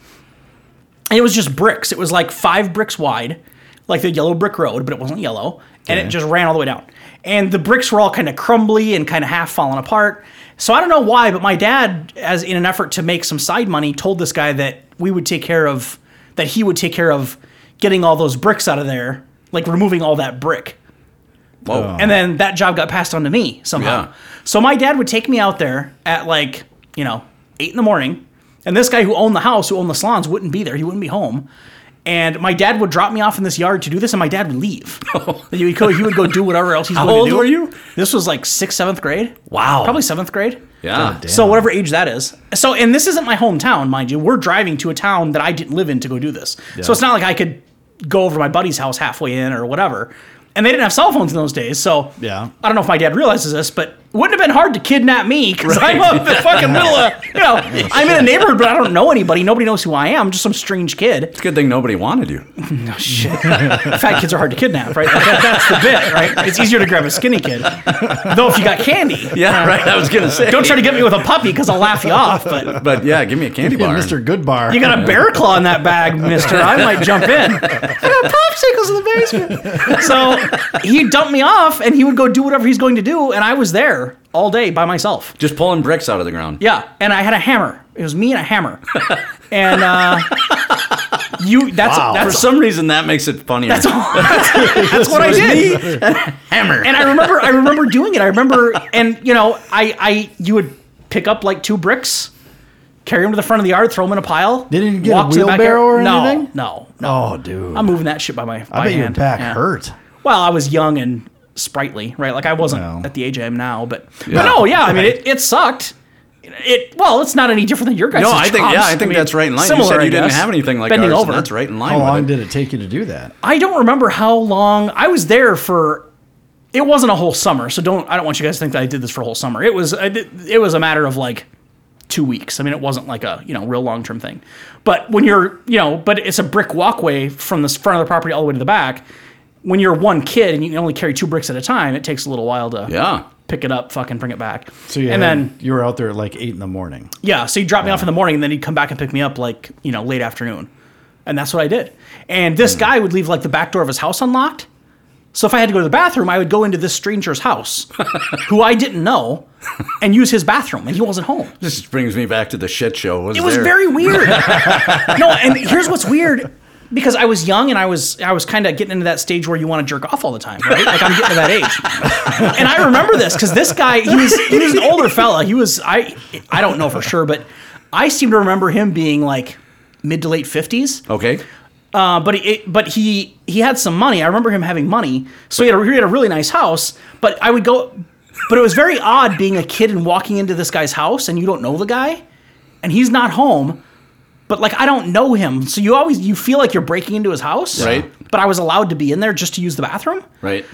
Speaker 3: And it was just bricks. It was like five bricks wide, like the yellow brick road, but it wasn't yellow. And it
Speaker 1: Okay.
Speaker 3: just ran all the way down. And the bricks were all kind of crumbly and kind of half falling apart. So I don't know why, but my dad, as in an effort to make some side money, told this guy that we would take care of, that he would take care of getting all those bricks out of there, like removing all that brick.
Speaker 2: Whoa.
Speaker 3: And then that job got passed on to me somehow.
Speaker 2: Yeah.
Speaker 3: So my dad would take me out there at like, you know, eight in the morning. And this guy who owned the house, who owned the salons, wouldn't be there. He wouldn't be home. And my dad would drop me off in this yard to do this, and my dad would leave. he, would go, he would go do whatever else he's
Speaker 2: How
Speaker 3: going to
Speaker 2: old
Speaker 3: do.
Speaker 2: were you?
Speaker 3: This was like sixth, seventh grade.
Speaker 2: Wow.
Speaker 3: Probably seventh grade.
Speaker 2: Yeah.
Speaker 1: damn.
Speaker 3: So whatever age that is. So and this isn't my hometown, mind you. We're driving to a town that I didn't live in to go do this. So it's not like I could go over to my buddy's house halfway in or whatever. And they didn't have cell phones in those days, so
Speaker 1: Yeah.
Speaker 3: I don't know if my dad realizes this, but it wouldn't have been hard to kidnap me because I'm up in the fucking middle of you know I'm in a neighborhood, but I don't know anybody. Nobody knows who I am. I'm just some strange kid.
Speaker 2: It's a good thing nobody wanted you.
Speaker 3: Fat kids are hard to kidnap, right? Like, that- that's the bit, right? It's easier to grab a skinny kid, though. If you got candy,
Speaker 2: Yeah, right. I was gonna say.
Speaker 3: don't try to get me with a puppy because I'll laugh you off. But
Speaker 2: But yeah, give me a candy
Speaker 1: Yeah,
Speaker 2: bar.
Speaker 1: Mr. Goodbar.
Speaker 3: You got a bear claw in that bag, mister. I might jump in. I got popsicles in the basement. So he dumped me off and he would go do whatever he's going to do. And I was there all day by myself.
Speaker 2: Just pulling bricks out of the ground.
Speaker 3: Yeah. And I had a hammer. It was me and a hammer. And uh, you, that's,
Speaker 1: Wow.
Speaker 2: For
Speaker 3: that's,
Speaker 2: some reason, that makes it funnier.
Speaker 3: that's, that's what I did.
Speaker 2: hammer.
Speaker 3: and I remember I remember doing it. I remember and you know, I I you would pick up like two bricks, carry them to the front of the yard, throw them in a pile.
Speaker 1: They didn't get a
Speaker 3: walk to the backyard.
Speaker 1: wheelbarrow or
Speaker 3: no,
Speaker 1: anything?
Speaker 3: No, no.
Speaker 1: Oh, dude.
Speaker 3: I'm moving that shit by my. By
Speaker 1: I bet your
Speaker 3: hand.
Speaker 1: back
Speaker 3: Yeah.
Speaker 1: hurt.
Speaker 3: Well, I was young and sprightly, right? Like I wasn't
Speaker 1: Well.
Speaker 3: at the age I am now, but
Speaker 2: Yeah.
Speaker 3: but no, yeah. I mean, it, it sucked. It well, it's not any different than your guys.
Speaker 2: No, I think yeah, I think that's right in line. you said you didn't have anything like
Speaker 3: bending
Speaker 2: ours,
Speaker 3: over.
Speaker 2: And that's right in line.
Speaker 1: How
Speaker 2: with
Speaker 1: long
Speaker 2: it.
Speaker 1: did it take you to do that?
Speaker 3: I don't remember how long I was there for. It wasn't a whole summer, so don't. I don't want you guys to think that I did this for a whole summer. It was. I did- It was a matter of like two weeks. I mean, it wasn't like a you know real long term thing. But when you're you know, but it's a brick walkway from the front of the property all the way to the back. When you're one kid and you can only carry two bricks at a time, it takes a little while to
Speaker 2: Yeah.
Speaker 3: pick it up, fucking bring it back.
Speaker 1: So you
Speaker 3: and
Speaker 1: had-
Speaker 3: then
Speaker 1: you were out there at like eight in the morning.
Speaker 3: yeah, so he'd drop me off in the morning, and then he'd come back and pick me up like you know late afternoon, and that's what I did. And this guy would leave like the back door of his house unlocked, so if I had to go to the bathroom, I would go into this stranger's house, who I didn't know, and use his bathroom, and he wasn't home.
Speaker 2: This brings me back to the shit show. Was
Speaker 3: It was
Speaker 2: there.
Speaker 3: very weird. no, and here's what's weird. Because I was young and I was I was kind of getting into that stage where you want to jerk off all the time, right? Like I'm getting to that age. And I remember this because this guy he was he was an older fella. He was I I don't know for sure, but I seem to remember him being like mid to late fifties.
Speaker 2: okay.
Speaker 3: Uh, but he, it, but he he had some money. I remember him having money, so he had, a, he had a really nice house. But I would go, but it was very odd being a kid and walking into this guy's house and you don't know the guy, and he's not home. But like I don't know him, so you always you feel like you're breaking into his house,
Speaker 2: Right.
Speaker 3: But I was allowed to be in there just to use the bathroom.
Speaker 2: Right.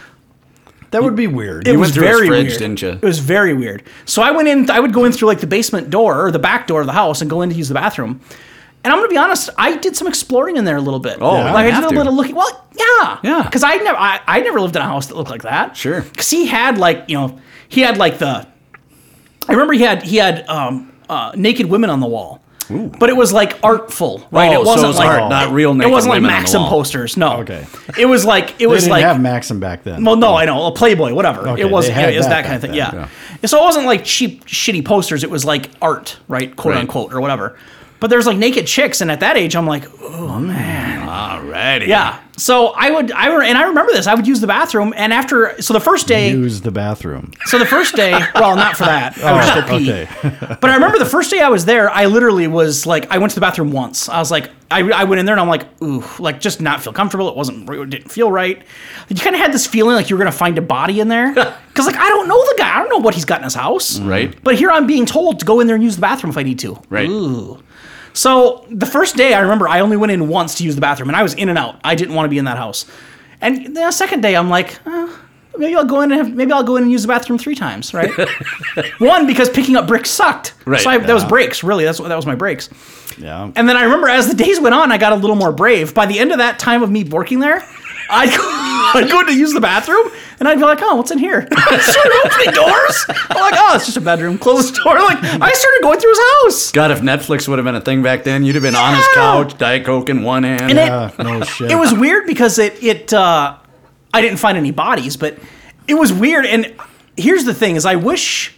Speaker 1: That would be weird.
Speaker 3: It
Speaker 2: went
Speaker 3: was
Speaker 2: through his
Speaker 3: very
Speaker 2: fridge,
Speaker 3: weird.
Speaker 2: didn't you?
Speaker 3: It was very weird. So I went in. I would go in through like the basement door or the back door of the house and go in to use the bathroom. And I'm gonna be honest. I did some exploring in there a little bit.
Speaker 2: Oh, Yeah.
Speaker 3: like
Speaker 2: you
Speaker 3: I did
Speaker 2: have
Speaker 3: a
Speaker 2: to.
Speaker 3: little looking. Well, yeah,
Speaker 2: Yeah.
Speaker 3: Because I never, I, I never lived in a house that looked like that.
Speaker 2: Sure.
Speaker 3: Because he had like you know, he had like the. I remember he had he had um, uh, naked women on the wall. But it was like artful, right?
Speaker 2: Oh,
Speaker 3: it
Speaker 2: so
Speaker 3: wasn't
Speaker 2: it was
Speaker 3: like
Speaker 2: art, not real
Speaker 3: It
Speaker 2: naked
Speaker 3: wasn't like
Speaker 2: women on the
Speaker 3: Maxim
Speaker 2: wall.
Speaker 3: posters. No.
Speaker 1: Okay.
Speaker 3: It was like it
Speaker 1: They
Speaker 3: was
Speaker 1: didn't
Speaker 3: like
Speaker 1: have Maxim back then.
Speaker 3: well, no, I know a Playboy, whatever.
Speaker 1: Okay,
Speaker 3: it was
Speaker 1: they
Speaker 3: yeah,
Speaker 1: had
Speaker 3: it was
Speaker 1: that
Speaker 3: that kind of
Speaker 1: back
Speaker 3: thing.
Speaker 1: then.
Speaker 3: Yeah. So it wasn't like cheap, shitty posters. It was like art, right, quote
Speaker 2: Right.
Speaker 3: unquote, or whatever. But there's like naked chicks, and at that age, I'm like, oh man,
Speaker 2: Alrighty.
Speaker 3: yeah. So I would, I were, and I remember this. I would use the bathroom, and after, so the first day,
Speaker 1: use the bathroom.
Speaker 3: so the first day, well, not for that.
Speaker 2: Oh,
Speaker 3: I would just go pee.
Speaker 1: Oh, okay.
Speaker 3: but I remember the first day I was there, I literally was like, I went to the bathroom once. I was like, I, I went in there and I'm like, ooh, like just not feel comfortable. It wasn't, it didn't feel right. You kind of had this feeling like you were gonna find a body in there, because like I don't know the guy. I don't know what he's got in his house.
Speaker 2: Mm. Right.
Speaker 3: But here I'm being told to go in there and use the bathroom if I need to.
Speaker 2: Right.
Speaker 3: Ooh. So the first day I remember I only went in once to use the bathroom and I was in and out. I didn't want to be in that house. And the second day I'm like, uh, maybe I'll go in and have, maybe I'll go in and use the bathroom three times, right? One because picking up bricks sucked.
Speaker 2: Right.
Speaker 3: So I, that was
Speaker 1: Yeah.
Speaker 3: breaks, really. That's what that was my breaks.
Speaker 1: Yeah.
Speaker 3: And then I remember as the days went on, I got a little more brave. By the end of that time of me working there, I'd go, I'd go to use the bathroom and I'd be like, oh, what's in here? started opening doors. I'm like, oh, it's just a bedroom. Close the door. Like, I started going through his house.
Speaker 2: God, if Netflix would have been a thing back then, you'd have been on his
Speaker 3: Yeah.
Speaker 2: couch, Diet Coke in one hand.
Speaker 3: And it-
Speaker 1: Yeah, Uh, no shit.
Speaker 3: It was weird because it, it uh, I didn't find any bodies, but it was weird. And here's the thing is I wish,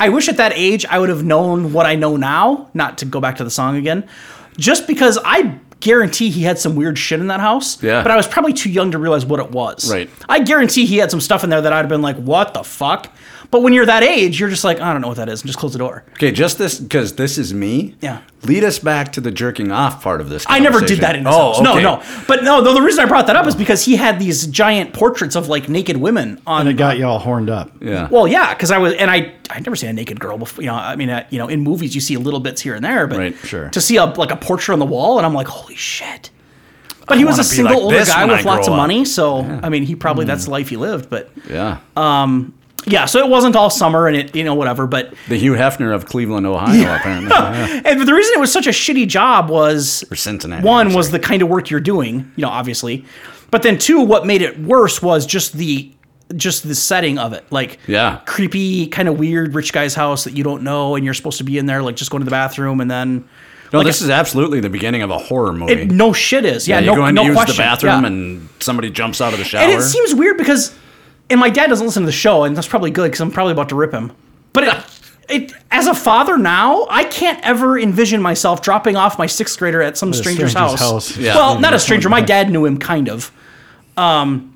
Speaker 3: I wish at that age I would have known what I know now, not to go back to the song again, just because I guarantee he had some weird shit in that house.
Speaker 2: Yeah.
Speaker 3: But I was probably too young to realize what it was.
Speaker 2: Right.
Speaker 3: I guarantee he had some stuff in there that I'd have been like, what the fuck? But when you're that age, you're just like, I don't know what that is, and just close the door.
Speaker 2: okay, just this because this is me.
Speaker 3: Yeah.
Speaker 2: Lead us back to the jerking off part of this.
Speaker 3: I never did that in his
Speaker 2: oh,
Speaker 3: house.
Speaker 2: okay.
Speaker 3: No, no. But no, though the reason I brought that up is because he had these giant portraits of like naked women on.
Speaker 1: and it got you all horned up.
Speaker 2: Yeah.
Speaker 3: well, yeah, because I was, and I, I'd never seen a naked girl before. You know, I mean, uh, you know, in movies you see little bits here and there, but
Speaker 2: Right,
Speaker 1: sure.
Speaker 3: to see a like a portrait on the wall, and I'm like, holy shit. But he was
Speaker 2: wanna
Speaker 3: a
Speaker 2: be
Speaker 3: single
Speaker 2: like
Speaker 3: older
Speaker 2: this
Speaker 3: guy
Speaker 2: when
Speaker 3: with
Speaker 2: I
Speaker 3: lots of
Speaker 2: grow up. Hmm.
Speaker 3: money, so I mean, he probably that's the life he lived. But
Speaker 2: yeah.
Speaker 3: uh, yeah, so it wasn't all summer and it, you know, whatever. But
Speaker 2: the Hugh Hefner of Cleveland, Ohio, apparently. Yeah.
Speaker 3: and the reason it was such a shitty job was
Speaker 2: Or Cincinnati.
Speaker 3: One
Speaker 2: I'm
Speaker 3: was
Speaker 2: sorry.
Speaker 3: the kind of work you're doing, you know, obviously. But then two, what made it worse was just the just the setting of it. Like
Speaker 2: Yeah.
Speaker 3: creepy, kind of weird rich guy's house that you don't know and you're supposed to be in there, like just going to the bathroom and then
Speaker 2: No, this is absolutely the beginning of a horror movie.
Speaker 3: it, no shit is. Yeah,
Speaker 2: you
Speaker 3: no,
Speaker 2: go in to
Speaker 3: no
Speaker 2: use
Speaker 3: question.
Speaker 2: the bathroom
Speaker 3: Yeah.
Speaker 2: and somebody jumps out of the shower.
Speaker 3: And it seems weird because and my dad doesn't listen to the show, and that's probably good because I'm probably about to rip him. But it, it as a father now, I can't ever envision myself dropping off my sixth grader at some stranger's,
Speaker 1: stranger's
Speaker 3: house.
Speaker 1: house. Yeah.
Speaker 3: Well, not a stranger. My dad knew him kind of. Um,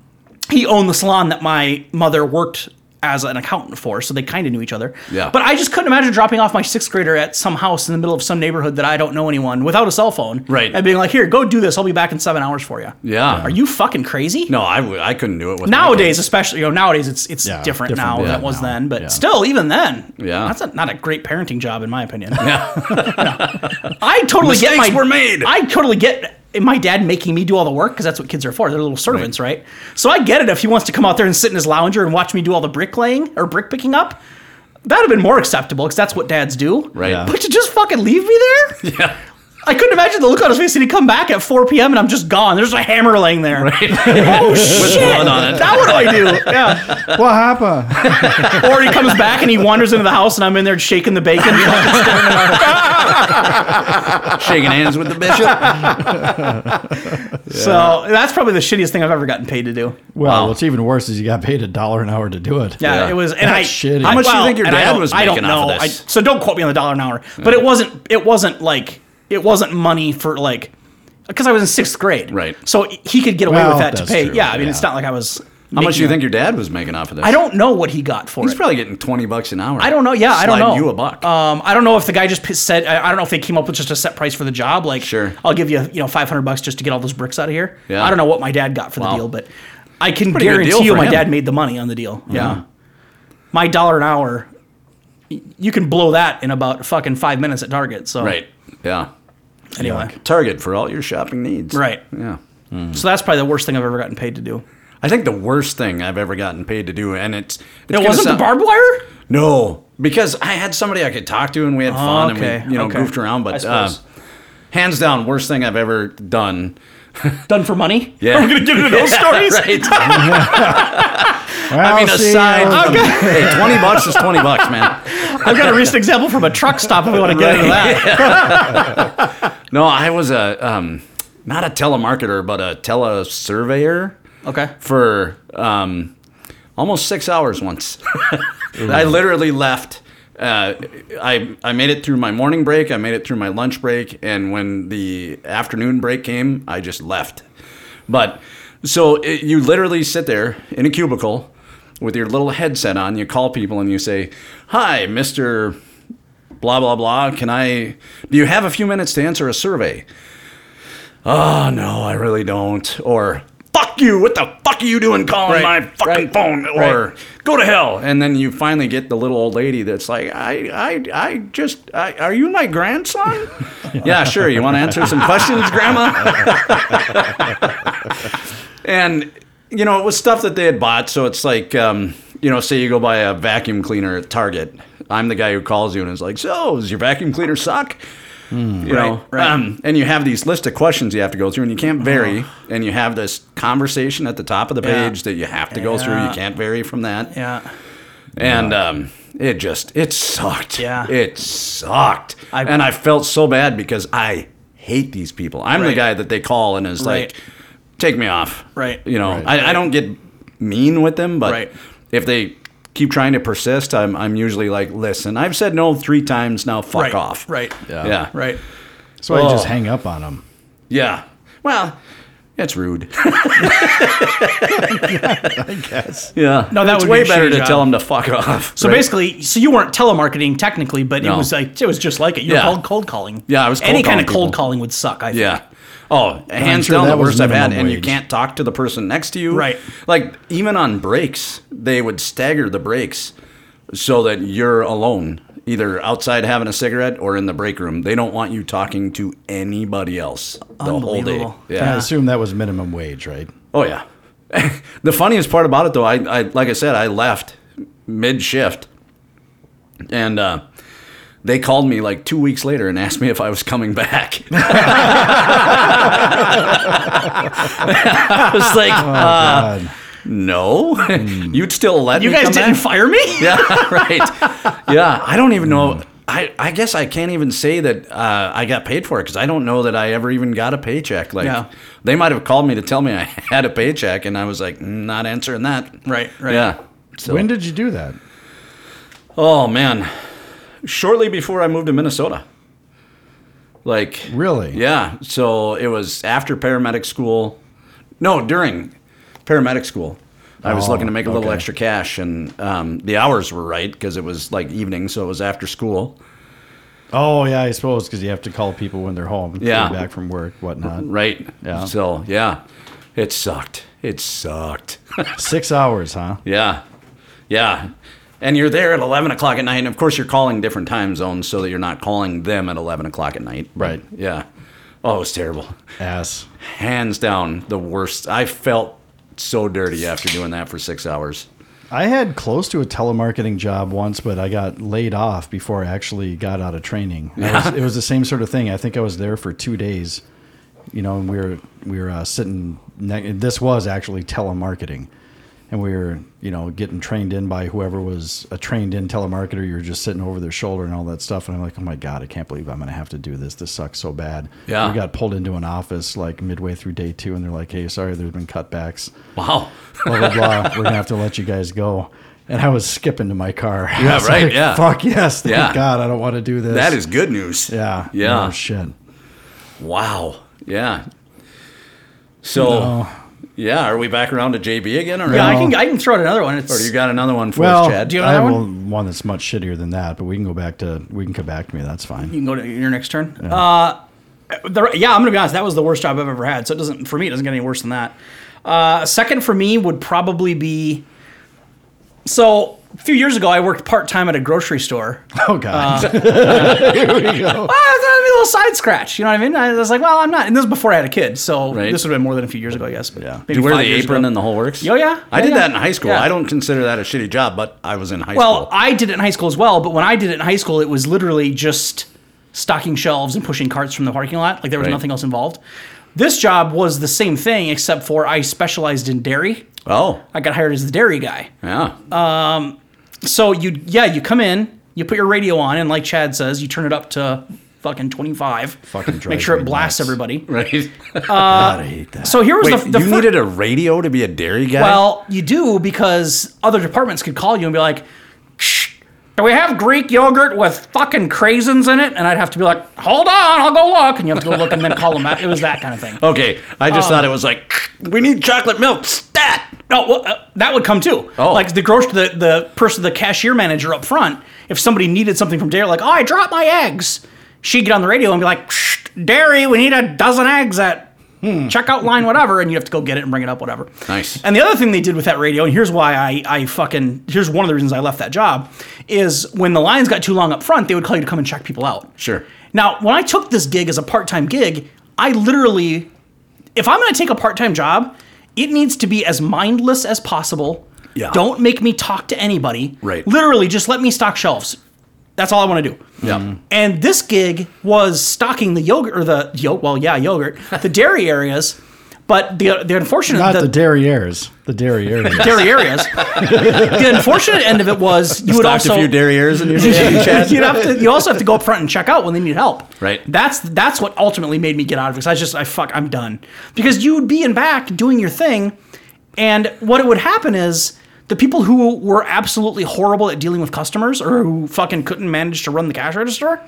Speaker 3: he owned the salon that my mother worked as an accountant for, so they kind of knew each other.
Speaker 2: Yeah.
Speaker 3: But I just couldn't imagine dropping off my sixth grader at some house in the middle of some neighborhood that I don't know anyone without a cell phone.
Speaker 2: Right.
Speaker 3: And being like, here, go do this. I'll be back in seven hours for you.
Speaker 2: Yeah.
Speaker 3: Are you fucking crazy?
Speaker 2: No, I w- I couldn't do it with my
Speaker 3: Nowadays,
Speaker 2: kids.
Speaker 3: especially, you know, nowadays it's it's
Speaker 1: Yeah,
Speaker 3: different,
Speaker 1: different,
Speaker 3: now
Speaker 1: yeah,
Speaker 3: than it was
Speaker 1: now,
Speaker 3: then, but
Speaker 1: yeah.
Speaker 3: still, even then,
Speaker 2: Yeah.
Speaker 3: that's a, not a great parenting job in my opinion.
Speaker 2: Yeah.
Speaker 3: I totally
Speaker 2: Mistakes
Speaker 3: get my
Speaker 2: were made.
Speaker 3: I totally get my dad making me do all the work because that's what kids are for. They're little servants, right. So I get it if he wants to come out there and sit in his lounger and watch me do all the bricklaying or brick picking up. That'd have been more acceptable because that's what dads do.
Speaker 2: Right. Yeah.
Speaker 3: But to just fucking leave me there?
Speaker 2: yeah.
Speaker 3: I couldn't imagine the look on his face and he'd come back at 4 p.m. and I'm just gone. There's a hammer laying there. oh, shit.
Speaker 2: blood on it.
Speaker 3: Now what do I do? Yeah.
Speaker 1: What happened?
Speaker 3: Or he comes back and he wanders into the house and I'm in there shaking the bacon.
Speaker 2: Shaking hands with the bishop.
Speaker 3: So that's probably the shittiest thing I've ever gotten paid to do.
Speaker 1: Well, what's even worse is you got paid a dollar an hour to do it.
Speaker 3: Yeah,
Speaker 2: Yeah.
Speaker 3: it was. And
Speaker 1: That's
Speaker 3: I,
Speaker 1: shitty. How
Speaker 2: much do you
Speaker 3: well,
Speaker 2: think your
Speaker 3: and I
Speaker 2: dad
Speaker 3: don't-
Speaker 2: was
Speaker 3: I don't
Speaker 2: making off
Speaker 3: know.
Speaker 2: of this?
Speaker 3: I, so don't quote me on the dollar an hour. But it wasn't. It wasn't like it wasn't money for like because I was in sixth grade.
Speaker 2: Right.
Speaker 3: So he could get away
Speaker 1: Well,
Speaker 3: with that to
Speaker 1: that's
Speaker 3: pay.
Speaker 1: true,
Speaker 3: Yeah. I mean,
Speaker 1: yeah.
Speaker 3: it's not like I was.
Speaker 2: How much do you think your dad was making off of this?
Speaker 3: I don't know what he got for
Speaker 2: He's
Speaker 3: it.
Speaker 2: probably getting twenty bucks an hour.
Speaker 3: I don't know. Yeah, I don't
Speaker 2: Slide
Speaker 3: know.
Speaker 2: You a buck.
Speaker 3: Um, I don't know if the guy just p- said. I, I don't know if they came up with just a set price for the job. Like,
Speaker 2: Sure.
Speaker 3: I'll give you you know five hundred bucks just to get all those bricks out of here.
Speaker 2: Yeah.
Speaker 3: I don't know what my dad got for
Speaker 2: Wow.
Speaker 3: the deal, but I can
Speaker 2: good deal
Speaker 3: guarantee you
Speaker 2: for
Speaker 3: my
Speaker 2: him.
Speaker 3: dad made the money on the deal.
Speaker 2: Yeah.
Speaker 3: my dollar an hour. y- You can blow that in about fucking five minutes at Target. So
Speaker 2: Right. Yeah.
Speaker 3: anyway,
Speaker 2: Target for all your shopping needs.
Speaker 3: Right.
Speaker 2: Yeah.
Speaker 3: so that's probably the worst thing I've ever gotten paid to do.
Speaker 2: I think the worst thing I've ever gotten paid to do, and it's, it's
Speaker 3: It
Speaker 2: gonna
Speaker 3: wasn't
Speaker 2: sound-
Speaker 3: the barbed wire.
Speaker 2: No, because I had somebody I could talk to, and we had fun,
Speaker 3: Oh, okay,
Speaker 2: and we you know
Speaker 3: okay.
Speaker 2: goofed around.
Speaker 3: I
Speaker 2: But uh,
Speaker 3: suppose.
Speaker 2: hands down, worst thing I've ever done.
Speaker 3: Done for money.
Speaker 2: Yeah.
Speaker 3: we're gonna get into those stories.
Speaker 2: right.
Speaker 1: Well,
Speaker 2: I mean,
Speaker 1: see,
Speaker 2: aside,
Speaker 1: uh,
Speaker 2: from- hey, twenty bucks is twenty bucks, man.
Speaker 3: I've got a recent example from a truck stop. If we want to get into that.
Speaker 2: No, I was a um, not a telemarketer, but a telesurveyor
Speaker 3: Okay.
Speaker 2: for um, almost six hours once. I literally left. Uh, I I made it through my morning break. I made it through my lunch break, and when the afternoon break came, I just left. But so it, you literally sit there in a cubicle with your little headset on. You call people and you say, "Hi, Mister." Blah blah blah. Can I? Do you have a few minutes to answer a survey? Oh no, I really don't. Or fuck you. What the fuck are you doing calling
Speaker 3: Right,
Speaker 2: my fucking
Speaker 3: right,
Speaker 2: phone? Or
Speaker 3: right.
Speaker 2: go to hell. And then you finally get the little old lady that's like, I, I, I just, I, are you my grandson? yeah, sure. You want to answer some questions, Grandma? and you know, it was stuff that they had bought. So it's like, um, you know, say you go buy a vacuum cleaner at Target. I'm the guy who calls you and is like, so does your vacuum cleaner suck?
Speaker 3: Hmm.
Speaker 2: you know, Um, and you have these list of questions you have to go through, and you can't vary. And you have this conversation at the top of the
Speaker 3: Uh-huh. Yeah.
Speaker 2: page that you have to go through. You
Speaker 3: Yeah.
Speaker 2: can't vary from that.
Speaker 3: Yeah.
Speaker 2: And um, it just it sucked.
Speaker 3: Yeah.
Speaker 2: it sucked.
Speaker 3: I-
Speaker 2: and I felt so bad because I hate these people. I'm the
Speaker 3: Right.
Speaker 2: guy that they call and is
Speaker 3: Right.
Speaker 2: like, "Take me off."
Speaker 3: Right.
Speaker 2: You know,
Speaker 1: Right.
Speaker 2: I, I don't get mean with them, but
Speaker 3: Right.
Speaker 2: if they keep trying to persist, I'm I'm usually like, "Listen, I've said no three times now. Fuck
Speaker 3: right.
Speaker 2: off."
Speaker 3: Right.
Speaker 2: Yeah.
Speaker 3: Right.
Speaker 1: That's why you just
Speaker 2: Oh.
Speaker 1: hang up on them.
Speaker 2: Yeah. Well, it's rude.
Speaker 1: I guess.
Speaker 2: Yeah.
Speaker 3: No, that
Speaker 2: it's
Speaker 3: would
Speaker 2: way
Speaker 3: be a
Speaker 2: better
Speaker 3: shitty
Speaker 2: to
Speaker 3: job.
Speaker 2: tell them to fuck off.
Speaker 3: So basically, so you weren't telemarketing technically, but
Speaker 2: No.
Speaker 3: it was like it was just like it. You were
Speaker 2: Yeah.
Speaker 3: called cold calling.
Speaker 2: Yeah, I was cold
Speaker 3: any kind
Speaker 2: calling
Speaker 3: of cold
Speaker 2: people.
Speaker 3: calling would suck. I think.
Speaker 2: Yeah. Oh, hands
Speaker 1: sure
Speaker 2: down the
Speaker 1: that was
Speaker 2: worst I've had,
Speaker 1: minimum
Speaker 2: and you
Speaker 1: wage.
Speaker 2: can't talk to the person next to you.
Speaker 3: Right.
Speaker 2: Like even on breaks, they would stagger the breaks so that you're alone, either outside having a cigarette or in the break room. They don't want you talking to anybody else the whole day.
Speaker 3: Unbelievable.
Speaker 1: I
Speaker 2: Yeah.
Speaker 1: assume that was minimum wage, right?
Speaker 2: Oh yeah. the funniest part about it though, I, I like I said, I left mid shift, and uh, they called me like two weeks later and asked me if I was coming back. I was like, uh,
Speaker 1: Oh, God.
Speaker 2: no, you'd still let
Speaker 3: You
Speaker 2: me
Speaker 3: guys
Speaker 2: come
Speaker 3: didn't
Speaker 2: back?
Speaker 3: fire me.
Speaker 2: yeah, right. Yeah, I don't even know. I, I guess I can't even say that uh, I got paid for it because I don't know that I ever even got a paycheck. Like
Speaker 3: Yeah.
Speaker 2: they might have called me to tell me I had a paycheck, and I was like, "Mm, not answering that.
Speaker 3: Right. Right.
Speaker 2: Yeah. So,
Speaker 1: When did you do that?
Speaker 2: oh man, shortly before I moved to Minnesota. Like
Speaker 1: Really?
Speaker 2: Yeah. So it was after paramedic school. No, during paramedic school. I was
Speaker 1: Oh,
Speaker 2: looking to make a little
Speaker 1: okay.
Speaker 2: extra cash, and um, the hours were right because it was like evening, so it was after school,
Speaker 1: Oh yeah, I suppose because you have to call people when they're home,
Speaker 2: Yeah.
Speaker 1: coming back from work, whatnot.
Speaker 2: right?
Speaker 1: Yeah.
Speaker 2: So yeah, it sucked. It sucked.
Speaker 1: Six hours, huh?
Speaker 2: Yeah. Yeah. And you're there at 11 o'clock at night. And of course, you're calling different time zones so that you're not calling them at 11 o'clock at night.
Speaker 1: Right.
Speaker 2: Yeah. Oh, it was terrible.
Speaker 1: Ass.
Speaker 2: Hands down, the worst. I felt so dirty after doing that for six hours.
Speaker 1: I had close to a telemarketing job once, but I got laid off before I actually got out of training. I was- it was the same sort of thing. I think I was there for two days, you know, and we were we were uh, sitting. Ne- this was actually telemarketing, and we were you know getting trained in by whoever was a trained in telemarketer. You're just sitting over their shoulder and all that stuff. And I'm like, oh my god, I can't believe I'm going to have to do this. This sucks so bad.
Speaker 2: Yeah.
Speaker 1: we got pulled into an office like midway through day two, and they're like, hey, sorry, there's been cutbacks
Speaker 2: Wow.
Speaker 1: blah blah blah. We're gonna have to let you guys go. And I was skipping to my car. I was
Speaker 2: right,
Speaker 1: like,
Speaker 2: yeah.
Speaker 1: Fuck yes. Thank
Speaker 2: Yeah.
Speaker 1: God. I don't want to do this.
Speaker 2: That is good news.
Speaker 1: Yeah.
Speaker 2: Yeah.
Speaker 1: No shit.
Speaker 2: Wow. Yeah. So, yeah, are we back around to JB again? Or,
Speaker 3: Yeah, I
Speaker 1: No.
Speaker 3: can I can throw out another one. It's
Speaker 2: or you got another one for
Speaker 1: Well,
Speaker 2: us, Chad?
Speaker 3: do you have
Speaker 1: I have
Speaker 3: another
Speaker 1: one? one that's much shittier than that, but we can go back to we can come back to me. That's fine.
Speaker 3: you can go to your next turn. Uh, the, yeah, I'm gonna be honest. That was the worst job I've ever had. So it doesn't for me. It doesn't get any worse than that. Uh, second for me would probably be. So a few years ago, I worked part time at a grocery store.
Speaker 1: Oh God.
Speaker 3: Um,
Speaker 1: Here we go.
Speaker 3: Ah, it's gonna be a little side scratch. You know what I mean? I was like, well, I'm not. And this was before I had a kid, so
Speaker 2: Right.
Speaker 3: this would have been more than a few years ago, I guess. But
Speaker 1: Yeah.
Speaker 2: Do
Speaker 3: maybe
Speaker 2: you wear
Speaker 3: five
Speaker 2: the
Speaker 3: years
Speaker 2: apron
Speaker 3: ago.
Speaker 2: and the whole works?
Speaker 3: Oh, yeah.
Speaker 2: I
Speaker 3: Yeah,
Speaker 2: did
Speaker 3: yeah.
Speaker 2: that in high school.
Speaker 3: Yeah.
Speaker 2: I don't consider that a shitty job, but I was in high
Speaker 3: Well,
Speaker 2: school.
Speaker 3: I did it in high school as well, but when I did it in high school, it was literally just stocking shelves and pushing carts from the parking lot. Like there was
Speaker 2: Right.
Speaker 3: nothing else involved. This job was the same thing, except for I specialized in dairy.
Speaker 2: oh,
Speaker 3: I got hired as the dairy guy.
Speaker 2: yeah.
Speaker 3: uh, So you, yeah, you come in, you put your radio on, and like Chad says, you turn it up to fucking twenty five.
Speaker 1: Fucking
Speaker 3: Make
Speaker 1: drives
Speaker 3: sure
Speaker 1: me
Speaker 3: it blasts
Speaker 1: nuts.
Speaker 3: everybody.
Speaker 2: right.
Speaker 1: God, I hate that.
Speaker 3: So here was
Speaker 2: Wait,
Speaker 3: uh, the, the
Speaker 2: you
Speaker 3: fir-
Speaker 2: needed a radio to be a dairy guy?
Speaker 3: Well, you do because other departments could call you and be like, Shh, "Do we have Greek yogurt with fucking craisins in it?" And I'd have to be like, "Hold on, I'll go look." And you have to go look and then call them back. It was that kind of thing.
Speaker 2: okay. I
Speaker 3: uh,
Speaker 2: just thought it was like we need chocolate milk stat.
Speaker 3: No, well, uh, that would come too.
Speaker 2: Oh.
Speaker 3: Like the grocery, the, the person, the cashier manager up front, if somebody needed something from dairy, like, oh, I dropped my eggs, she'd get on the radio and be like, Shh, dairy, we need a dozen eggs at hmm, checkout line, whatever, and you have to go get it and bring it up, whatever.
Speaker 2: Nice.
Speaker 3: And the other thing they did with that radio, and here's why I, I fucking, here's one of the reasons I left that job, is when the lines got too long up front, they would call you to come and check people out.
Speaker 2: Sure.
Speaker 3: Now, when I took this gig as a part time gig, I literally, if I'm going to take a part time job, it needs to be as mindless as possible.
Speaker 2: Yeah.
Speaker 3: Don't make me talk to anybody.
Speaker 2: Right.
Speaker 3: Literally, just let me stock shelves. That's all I want to do. Mm-hmm.
Speaker 2: Yeah.
Speaker 3: And this gig was stocking the yogurt or the yo, well, yeah, yogurt, the dairy areas. But the the unfortunate
Speaker 1: Not the,
Speaker 3: the
Speaker 1: derrieres. The derrieres.
Speaker 3: dairy areas. the unfortunate end of it was you would
Speaker 2: Stocked
Speaker 3: also
Speaker 2: a few dairies in your
Speaker 3: you'd have to, you also have to go up front and check out when they need help.
Speaker 2: Right.
Speaker 3: That's that's what ultimately made me get out of it. Because I just I fuck I'm done. Because you would be in back doing your thing, and what it would happen is the people who were absolutely horrible at dealing with customers or who fucking couldn't manage to run the cash register,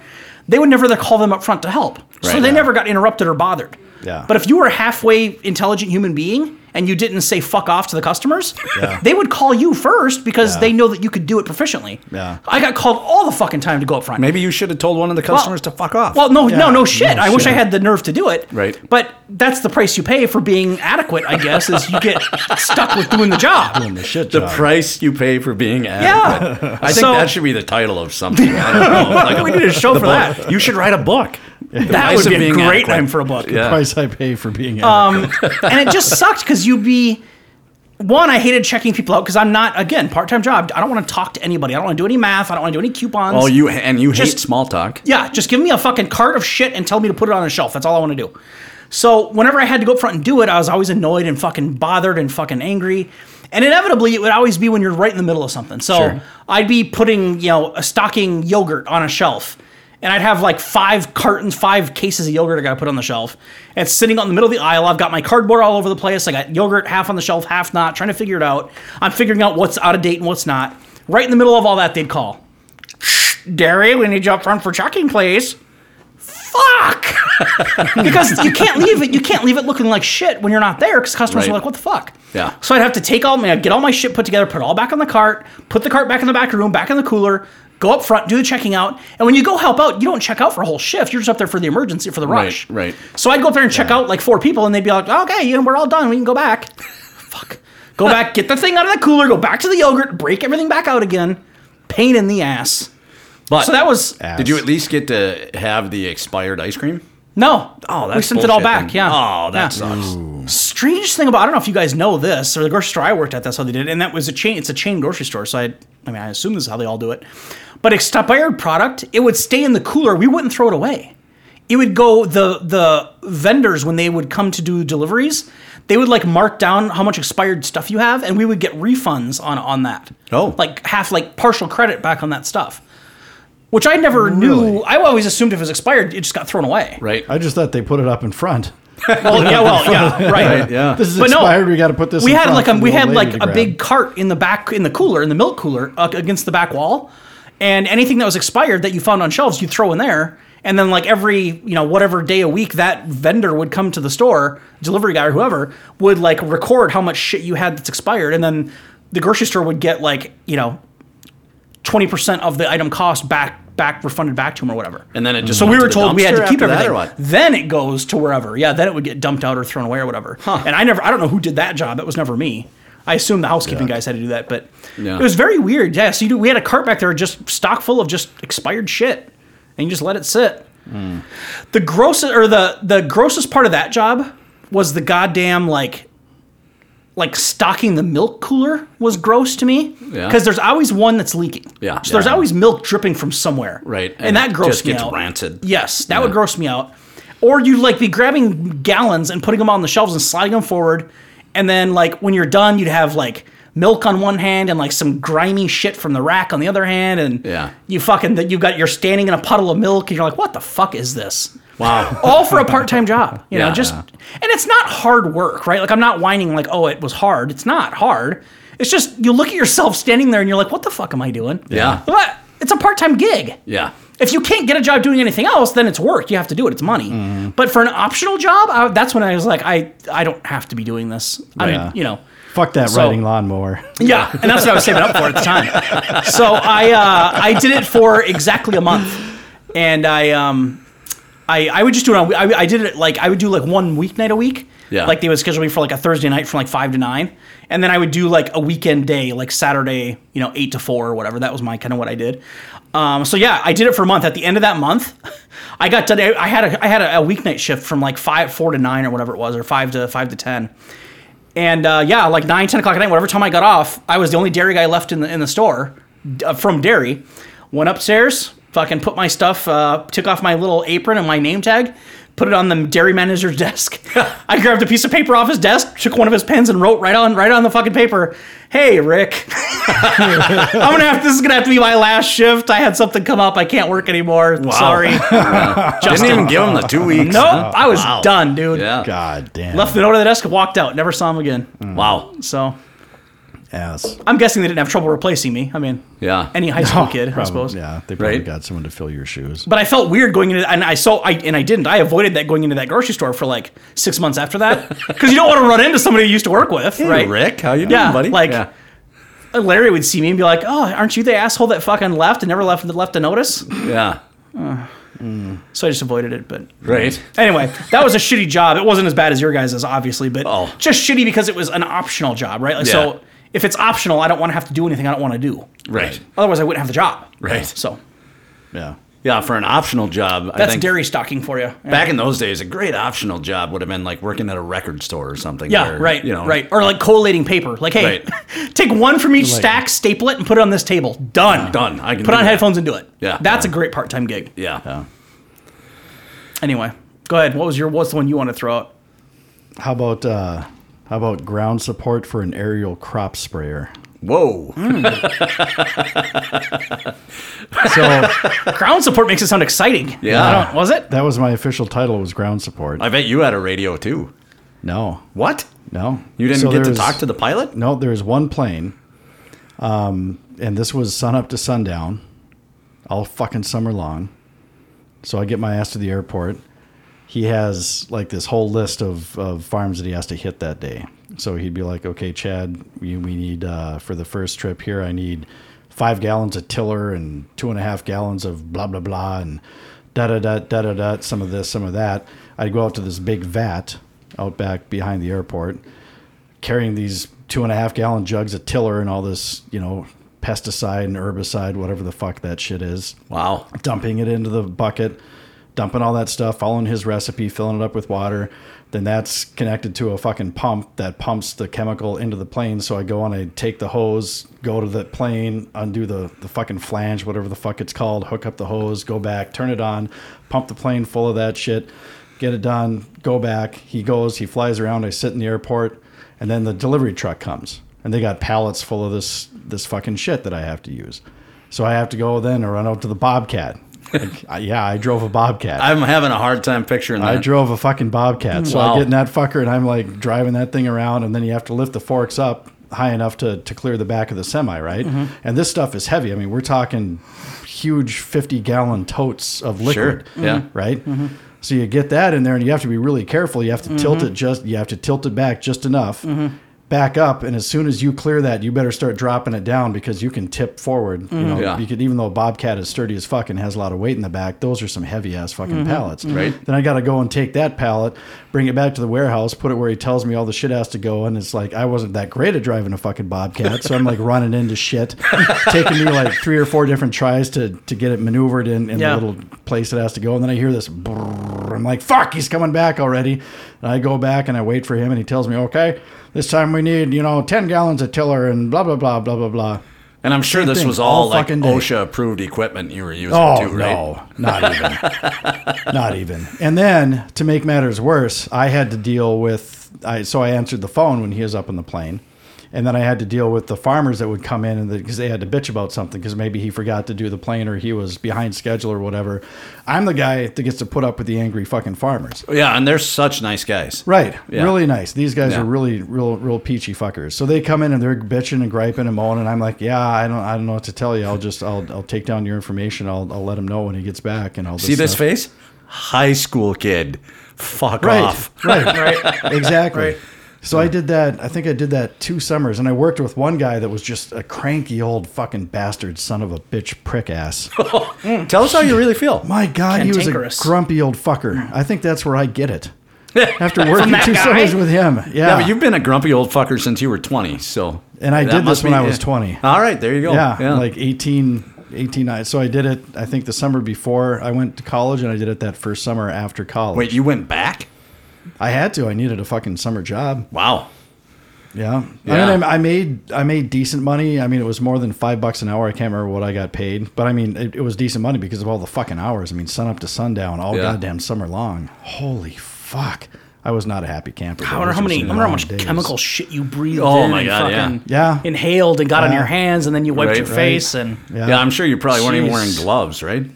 Speaker 3: they would never call them up front to help. so
Speaker 2: Right.
Speaker 3: they never got interrupted or bothered.
Speaker 1: Yeah.
Speaker 3: But if you were a halfway intelligent human being and you didn't say fuck off to the customers, they would call you first because
Speaker 1: Yeah.
Speaker 3: they know that you could do it proficiently.
Speaker 1: Yeah.
Speaker 3: I got called all the fucking time to go up front.
Speaker 2: Maybe you should have told one of the
Speaker 3: Well-
Speaker 2: customers to fuck off.
Speaker 3: Well, no, no,
Speaker 1: no
Speaker 3: no shit. I wish I
Speaker 1: shit.
Speaker 3: had the nerve to do it.
Speaker 2: Right.
Speaker 3: But that's the price you pay for being adequate, I guess, is you get stuck with doing the job.
Speaker 1: Doing the shit
Speaker 2: the
Speaker 1: job.
Speaker 2: price you pay for being adequate.
Speaker 3: Yeah.
Speaker 2: I think
Speaker 3: So-
Speaker 2: that should be the title of something. I don't know. Like a
Speaker 3: we need a show for that.
Speaker 2: book. You should write a book.
Speaker 3: That
Speaker 2: price
Speaker 3: would
Speaker 2: of
Speaker 3: be a
Speaker 2: being
Speaker 3: great
Speaker 2: adequate.
Speaker 3: name for a book.
Speaker 2: Yeah.
Speaker 1: price I pay for being. Um,
Speaker 3: Um, and it just sucked because you'd be one. I hated checking people out because I'm not again part time job. I don't want to talk to anybody. I don't want to do any math. I don't want to do any coupons.
Speaker 2: Oh, you and you hate
Speaker 3: Just-
Speaker 2: small talk.
Speaker 3: Yeah, just give me a fucking cart of shit and tell me to put it on a shelf. That's all I want to do. So whenever I had to go up front and do it, I was always annoyed and fucking bothered and fucking angry. And inevitably, it would always be when you're right in the middle of something. So
Speaker 2: Sure.
Speaker 3: I'd be putting, you know, a stocking yogurt on a shelf. And I'd have like five cartons, five cases of yogurt I gotta put on the shelf. And it's sitting out in the middle of the aisle. I've got my cardboard all over the place. I got yogurt half on the shelf, half not, trying to figure it out. I'm figuring out what's out of date and what's not. Right in the middle of all that, they'd call. Dairy, we need you up front for checking, please. Fuck! because you can't leave it. You can't leave it looking like shit when you're not there because customers are
Speaker 2: Right.
Speaker 3: like, "What the fuck?"
Speaker 2: Yeah.
Speaker 3: So I'd have to take all my get all my shit put together, put it all back on the cart, put the cart back in the back room, back in the cooler, go up front, do the checking out, and when you go help out, you don't check out for a whole shift. You're just up there for the emergency for the
Speaker 2: Right,
Speaker 3: rush.
Speaker 2: right.
Speaker 3: So I'd go up there and check out like four people, and they'd be like, "Okay, you know, we're all done. We can go back." fuck. Go back, get the thing out of the cooler, go back to the yogurt, break everything back out again. Pain in the ass.
Speaker 2: But
Speaker 3: So that was
Speaker 2: Did you at least get to have the expired ice cream?
Speaker 3: no. we sent it all
Speaker 2: Oh, bullshit
Speaker 3: back.
Speaker 2: then.
Speaker 3: Yeah.
Speaker 2: Oh, that
Speaker 3: Yeah.
Speaker 2: sucks.
Speaker 3: Strangest thing about I don't know if you guys know this or the grocery store I worked at. That's how they did, it. and that was a chain. It's a chain grocery store, so I I mean I assume this is how they all do it. But expired product, it would stay in the cooler. We wouldn't throw it away. It would go the the vendors when they would come to do deliveries, they would like mark down how much expired stuff you have, and we would get refunds on on that.
Speaker 2: Oh.
Speaker 3: like half like partial credit back on that stuff, which I never knew.
Speaker 1: Really?
Speaker 3: I always assumed if it was expired, it just got thrown away.
Speaker 2: Right.
Speaker 1: I just thought they put it up in front.
Speaker 3: Well, yeah, well, yeah, right.
Speaker 2: yeah.
Speaker 1: This is
Speaker 3: But no,
Speaker 1: expired. we got to put this.
Speaker 3: we
Speaker 1: in
Speaker 3: had
Speaker 1: front
Speaker 3: like a
Speaker 1: for
Speaker 3: we
Speaker 1: the old lady
Speaker 3: had like
Speaker 1: to
Speaker 3: a
Speaker 1: grab.
Speaker 3: big cart in the back in the cooler in the milk cooler uh, against the back wall, and anything that was expired that you found on shelves you'd throw in there, and then like every you know whatever day a week that vendor would come to the store, delivery guy or whoever would like record how much shit you had that's expired, and then the grocery store would get like you know twenty percent of the item cost back back refunded back to him or whatever.
Speaker 2: And then it just
Speaker 3: So
Speaker 2: went
Speaker 3: we
Speaker 2: to
Speaker 3: were
Speaker 2: the
Speaker 3: told we had
Speaker 2: dumpster
Speaker 3: to keep
Speaker 2: after that,
Speaker 3: everything.
Speaker 2: or what?
Speaker 3: Then it goes to wherever. Yeah, then it would get dumped out or thrown away or whatever. And I never, I don't know who did that job. That was never me. I assume the housekeeping
Speaker 1: Yeah.
Speaker 3: guys had to do that, but
Speaker 2: Yeah.
Speaker 3: it was very weird. Yeah, so you do, we had a cart back there just stock full of just expired shit, and you just let it sit.
Speaker 2: Hmm.
Speaker 3: The grossest or the the grossest part of that job was the goddamn like like stocking the milk cooler was gross to me because
Speaker 2: Yeah.
Speaker 3: there's always one that's leaking.
Speaker 2: Yeah.
Speaker 3: So there's
Speaker 2: Yeah.
Speaker 3: always milk dripping from somewhere.
Speaker 2: Right,
Speaker 3: And,
Speaker 2: and
Speaker 3: that
Speaker 2: it
Speaker 3: grossed
Speaker 2: just
Speaker 3: me
Speaker 2: gets
Speaker 3: out.
Speaker 2: rancid.
Speaker 3: Yes, that would
Speaker 2: Yeah.
Speaker 3: gross me out. Or you'd like be grabbing gallons and putting them on the shelves and sliding them forward, and then like when you're done, you'd have like milk on one hand and like some grimy shit from the rack on the other hand, and
Speaker 2: Yeah.
Speaker 3: you fucking that you got you're standing in a puddle of milk and you're like, what the fuck is this?
Speaker 2: Wow.
Speaker 3: all for a part-time job you know
Speaker 2: Yeah.
Speaker 3: just and it's not hard work right like i'm not whining like oh it was hard it's not hard it's just you look at yourself standing there and you're like what the fuck am i doing
Speaker 2: Yeah.
Speaker 3: What? it's a part-time gig
Speaker 2: Yeah.
Speaker 3: if you can't get a job doing anything else then it's work you have to do it it's money but for an optional job I, that's when i was like i i don't have to be doing this i mean
Speaker 1: Right.
Speaker 3: you know
Speaker 1: Fuck that
Speaker 3: So-
Speaker 1: riding lawnmower.
Speaker 3: yeah, and that's what I was saving up for at the time. So I uh, I did it for exactly a month, and I um I I would just do it on I, I did it like I would do like one weeknight a week.
Speaker 2: Yeah.
Speaker 3: Like they would schedule me for like a Thursday night from like five to nine, and then I would do like a weekend day, like Saturday, you know, eight to four or whatever. That was my kind of what I did. Um, so yeah, I did it for a month. At the end of that month, I got done. I I had a I had a, a weeknight shift from like five four to nine or whatever it was, or five to five to ten. And uh, yeah, like nine, ten o'clock at night, whatever time I got off, I was the only dairy guy left in the in the store d- uh, from dairy. Went upstairs, fucking put my stuff, uh, took off my little apron and my name tag, put it on the dairy manager's desk. I grabbed a piece of paper off his desk, took one of his pens, and wrote right on right on the fucking paper, "Hey Rick, I'm gonna have this is gonna have to be my last shift. I had something come up. I can't work anymore. Sorry. nope,
Speaker 2: Didn't even give him the two weeks.
Speaker 3: I was
Speaker 2: Wow.
Speaker 3: done, dude.
Speaker 2: Yeah. Hmm.
Speaker 1: God damn.
Speaker 3: Left the note on the desk, walked out, never saw him again.
Speaker 2: Wow.
Speaker 3: So.
Speaker 1: ass.
Speaker 3: I'm guessing they didn't have trouble replacing me. I mean,
Speaker 2: Yeah.
Speaker 3: any high school
Speaker 1: Oh,
Speaker 3: kid, I
Speaker 1: probably-
Speaker 3: suppose.
Speaker 1: Yeah, they probably
Speaker 2: Right?
Speaker 1: got someone to fill your shoes.
Speaker 3: But I felt weird going into, and I saw, I and I didn't. I avoided that going into that grocery store for like six months after that because you don't want to run into somebody you used to work with,
Speaker 2: Hey,
Speaker 3: right?
Speaker 2: Rick, how you doing,
Speaker 3: Yeah,
Speaker 2: buddy?
Speaker 3: like-
Speaker 2: yeah.
Speaker 3: Larry would see me and be like, "Oh, aren't you the asshole that fucking left and never left left a notice?"
Speaker 2: Yeah.
Speaker 3: So I just avoided it. But
Speaker 2: Right.
Speaker 3: anyway, that was a shitty job. It wasn't as bad as your guys', obviously, but
Speaker 2: Oh.
Speaker 3: just shitty because it was an optional job, right? Like,
Speaker 2: Yeah.
Speaker 3: So if it's optional, I don't want to have to do anything I don't want to do.
Speaker 2: Right.
Speaker 3: Otherwise, I wouldn't have the job.
Speaker 2: Right.
Speaker 3: So
Speaker 1: Yeah.
Speaker 2: Yeah, for an optional job, I
Speaker 3: that's
Speaker 2: think
Speaker 3: dairy stocking for you.
Speaker 2: back in those days, a great optional job would have been like working at a record store or something.
Speaker 3: Yeah,
Speaker 2: where,
Speaker 3: right.
Speaker 2: You know,
Speaker 3: right. Or like collating paper. Like, hey, take one from each stack, staple it, and put it on this table. Done.
Speaker 2: Done. I can
Speaker 3: Put
Speaker 2: do
Speaker 3: on
Speaker 2: that.
Speaker 3: headphones and do it.
Speaker 2: Yeah.
Speaker 3: That's a great part-time gig.
Speaker 2: Yeah.
Speaker 3: Anyway, go ahead. What was your? What's the one you want to throw out?
Speaker 1: How about uh, how about ground support for an aerial crop sprayer?
Speaker 2: Whoa.
Speaker 1: So
Speaker 3: Ground support makes it sound exciting.
Speaker 2: Yeah.
Speaker 3: I don't, was it?
Speaker 1: that was my official title was ground support.
Speaker 2: I bet you had a radio too.
Speaker 1: no,
Speaker 2: What?
Speaker 1: no,
Speaker 2: You didn't
Speaker 1: So
Speaker 2: get to
Speaker 1: there's-
Speaker 2: talk to the pilot?
Speaker 1: No, there is one plane, um, and this was sun up to sundown, all fucking summer long. So I get my ass to the airport. he has like this whole list of, of farms that he has to hit that day. So he'd be like, okay, Chad, we, we need uh, for the first trip here, I need five gallons of tiller and two and a half gallons of blah, blah, blah, and da da da da da da, some of this, some of that. I'd go out to this big vat out back behind the airport carrying these two and a half gallon jugs of tiller and all this, you know, pesticide and herbicide, whatever the fuck that shit is
Speaker 2: Wow.
Speaker 1: dumping it into the bucket, dumping all that stuff, following his recipe, filling it up with water. Then that's connected to a fucking pump that pumps the chemical into the plane. So I go on, I take the hose, go to the plane, undo the, the fucking flange, whatever the fuck it's called, hook up the hose, go back, turn it on, pump the plane full of that shit, get it done, go back. He goes, he flies around, I sit in the airport, and then the delivery truck comes. And they got pallets full of this this fucking shit that I have to use. So I have to go then and run out to the Bobcat. Like, I- yeah, I drove a Bobcat. I,
Speaker 2: I'm having a hard time picturing that.
Speaker 1: drove a fucking Bobcat. So
Speaker 2: Wow.
Speaker 1: I get in that fucker and I'm like driving that thing around, and then you have to lift the forks up high enough to, to clear the back of the semi, right?
Speaker 2: Mm-hmm.
Speaker 1: And this stuff is heavy. I mean, we're talking huge 50 gallon totes of
Speaker 2: sure.
Speaker 1: liquid
Speaker 2: Yeah. Mm-hmm.
Speaker 1: right? So you get that in there, and you have to be really careful. You have to tilt it just. You have to tilt it back just enough,
Speaker 2: Mm-hmm.
Speaker 1: back up, and as soon as you clear that, you better start dropping it down because you can tip forward. You know,
Speaker 2: Mm-hmm. Yeah.
Speaker 1: you could even though a bobcat is sturdy as fuck and has a lot of weight in the back, those are some heavy ass fucking pallets.
Speaker 2: Right.
Speaker 1: Then I got to go and take that pallet, bring it back to the warehouse, put it where he tells me all the shit has to go, and it's like I wasn't that great at driving a fucking bobcat, so I'm like running into shit, taking me like three or four different tries to to get it maneuvered in, in
Speaker 3: Yeah.
Speaker 1: the little place it has to go. And then I hear this. brrrr. I'm like, fuck, he's coming back already. And I go back and I wait for him, and he tells me, okay, this time we need, you know, 10 gallons of tiller and blah, blah, blah, blah, blah, blah.
Speaker 2: And I'm sure this
Speaker 1: thing,
Speaker 2: was all,
Speaker 1: all
Speaker 2: like
Speaker 1: fucking day.
Speaker 2: OSHA approved equipment you were using
Speaker 1: Oh,
Speaker 2: too, right?
Speaker 1: no, not even. not even. And then to make matters worse, I had to deal with, I, so I answered the phone when he was up in the plane. And then I had to deal with the farmers that would come in and because they had to bitch about something because maybe he forgot to do the plane or he was behind schedule or whatever. I'm the guy that gets to put up with the angry fucking farmers.
Speaker 2: Yeah, and they're such nice guys.
Speaker 1: Right.
Speaker 2: Yeah.
Speaker 1: Really nice. These guys
Speaker 2: Yeah.
Speaker 1: are really real real peachy fuckers. So they come in and they're bitching and griping and moaning. I'm like, yeah, I don't I don't know what to tell you. I'll just I'll I'll take down your information. I'll I'll let him know when he gets back and I'll
Speaker 2: See this
Speaker 1: stuff.
Speaker 2: face? High school kid. Fuck
Speaker 1: Right.
Speaker 2: off.
Speaker 1: Right. right. Exactly. So I did that. I think I did that two summers, and I worked with one guy that was just a cranky old fucking bastard son of a bitch prick ass.
Speaker 2: Tell us how you really feel.
Speaker 1: My God, he was a
Speaker 3: Cantankerous.
Speaker 1: grumpy old fucker. I think that's where I get it. After working two
Speaker 3: guy?
Speaker 1: summers with him, yeah.
Speaker 2: Yeah, but you've been a grumpy old fucker since you were 20, so.
Speaker 1: And I
Speaker 2: that
Speaker 1: did this
Speaker 2: must
Speaker 1: when I was 20.
Speaker 2: All right, there you go.
Speaker 1: yeah, like 18, 18 I- So I did it, I think, the summer before I went to college, and I did it that first summer after college.
Speaker 2: Wait, you went back?
Speaker 1: I had to. I needed a fucking summer job.
Speaker 2: Wow.
Speaker 1: Yeah.
Speaker 2: Yeah.
Speaker 1: I mean, I, I made I made decent money. I mean, it was more than five bucks an hour. I can't remember what I got paid, but I mean, it, it was decent money because of all the fucking hours. I mean, sun up to sundown, all
Speaker 2: Yeah.
Speaker 1: goddamn summer long. Holy fuck! I was not a happy camper.
Speaker 3: I wonder how many, I wonder how much
Speaker 1: chemicals.
Speaker 3: chemical shit you breathed
Speaker 2: Oh
Speaker 3: in
Speaker 2: my
Speaker 3: and
Speaker 2: God, yeah.
Speaker 3: fucking
Speaker 1: Yeah.
Speaker 3: inhaled and got on
Speaker 1: Yeah.
Speaker 3: your hands, and then you wiped
Speaker 2: Right,
Speaker 3: your
Speaker 2: right.
Speaker 3: face, and
Speaker 1: Yeah.
Speaker 2: Yeah, I'm sure you probably weren't even
Speaker 1: Jeez.
Speaker 2: wearing gloves, right?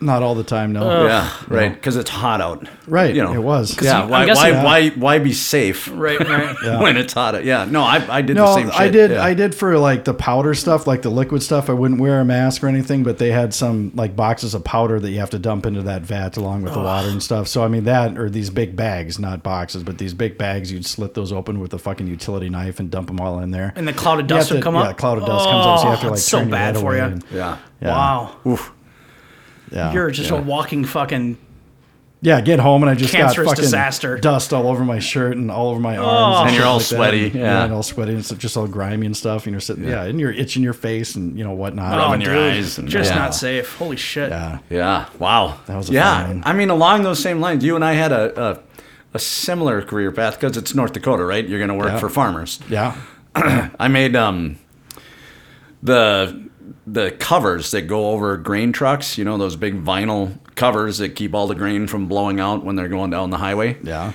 Speaker 1: Not all the time, no.
Speaker 2: Yeah, right. Because it's hot out.
Speaker 1: Right,
Speaker 2: Uh, You know,
Speaker 1: it was.
Speaker 2: Yeah.
Speaker 3: I'm
Speaker 2: Why?
Speaker 3: guessing-
Speaker 2: why? Why? Why be safe?
Speaker 3: right, right.
Speaker 2: When it's hot. out. Yeah. No, I, I did
Speaker 1: No,
Speaker 2: the same shit.
Speaker 1: I did.
Speaker 2: Yeah.
Speaker 1: I did for like the powder stuff, like the liquid stuff. I wouldn't wear a mask or anything, but they had some like boxes of powder that you have to dump into that vat along with the water and stuff. So I mean that, or these big bags, not boxes, but these big bags. You'd slit those open with a fucking utility knife and dump them all in there.
Speaker 3: And the cloud of
Speaker 1: You
Speaker 3: dust
Speaker 1: have
Speaker 3: would
Speaker 1: to-
Speaker 3: come
Speaker 1: Yeah,
Speaker 3: up.
Speaker 1: a cloud of dust comes up, so you have to
Speaker 3: Oh,
Speaker 1: like
Speaker 3: it's so
Speaker 1: turn your
Speaker 3: bad
Speaker 1: head
Speaker 3: for
Speaker 1: away
Speaker 3: you.
Speaker 1: and-
Speaker 2: Yeah.
Speaker 1: yeah,
Speaker 3: Wow,
Speaker 2: Oof.
Speaker 1: yeah.
Speaker 3: you're just a walking fucking.
Speaker 1: yeah. Get home and I just got
Speaker 3: Cancerous
Speaker 1: fucking
Speaker 3: disaster. Oh.
Speaker 1: dust all over my shirt and all over my arms,
Speaker 2: And you're
Speaker 1: shit
Speaker 2: all
Speaker 1: that.
Speaker 2: sweaty,
Speaker 1: And,
Speaker 2: yeah.
Speaker 1: and all sweaty and stuff, just all grimy and stuff. And you're sitting, yeah, and you're itching your face and you know whatnot.
Speaker 2: Rubbing
Speaker 3: oh,
Speaker 2: your
Speaker 3: dude,
Speaker 2: eyes and-
Speaker 3: just
Speaker 2: Yeah.
Speaker 3: not safe. Holy shit.
Speaker 1: Yeah.
Speaker 2: Yeah. Wow. That
Speaker 1: was a
Speaker 2: yeah.
Speaker 1: fun one.
Speaker 2: I mean, along those same lines, you and I had a a, a similar career path because it's North Dakota, right? You're going to work
Speaker 1: Yeah.
Speaker 2: for farmers.
Speaker 1: Yeah.
Speaker 2: I made um the the covers that go over grain trucks. You know those big vinyl covers that keep all the grain from blowing out when they're going down the highway.
Speaker 1: Yeah.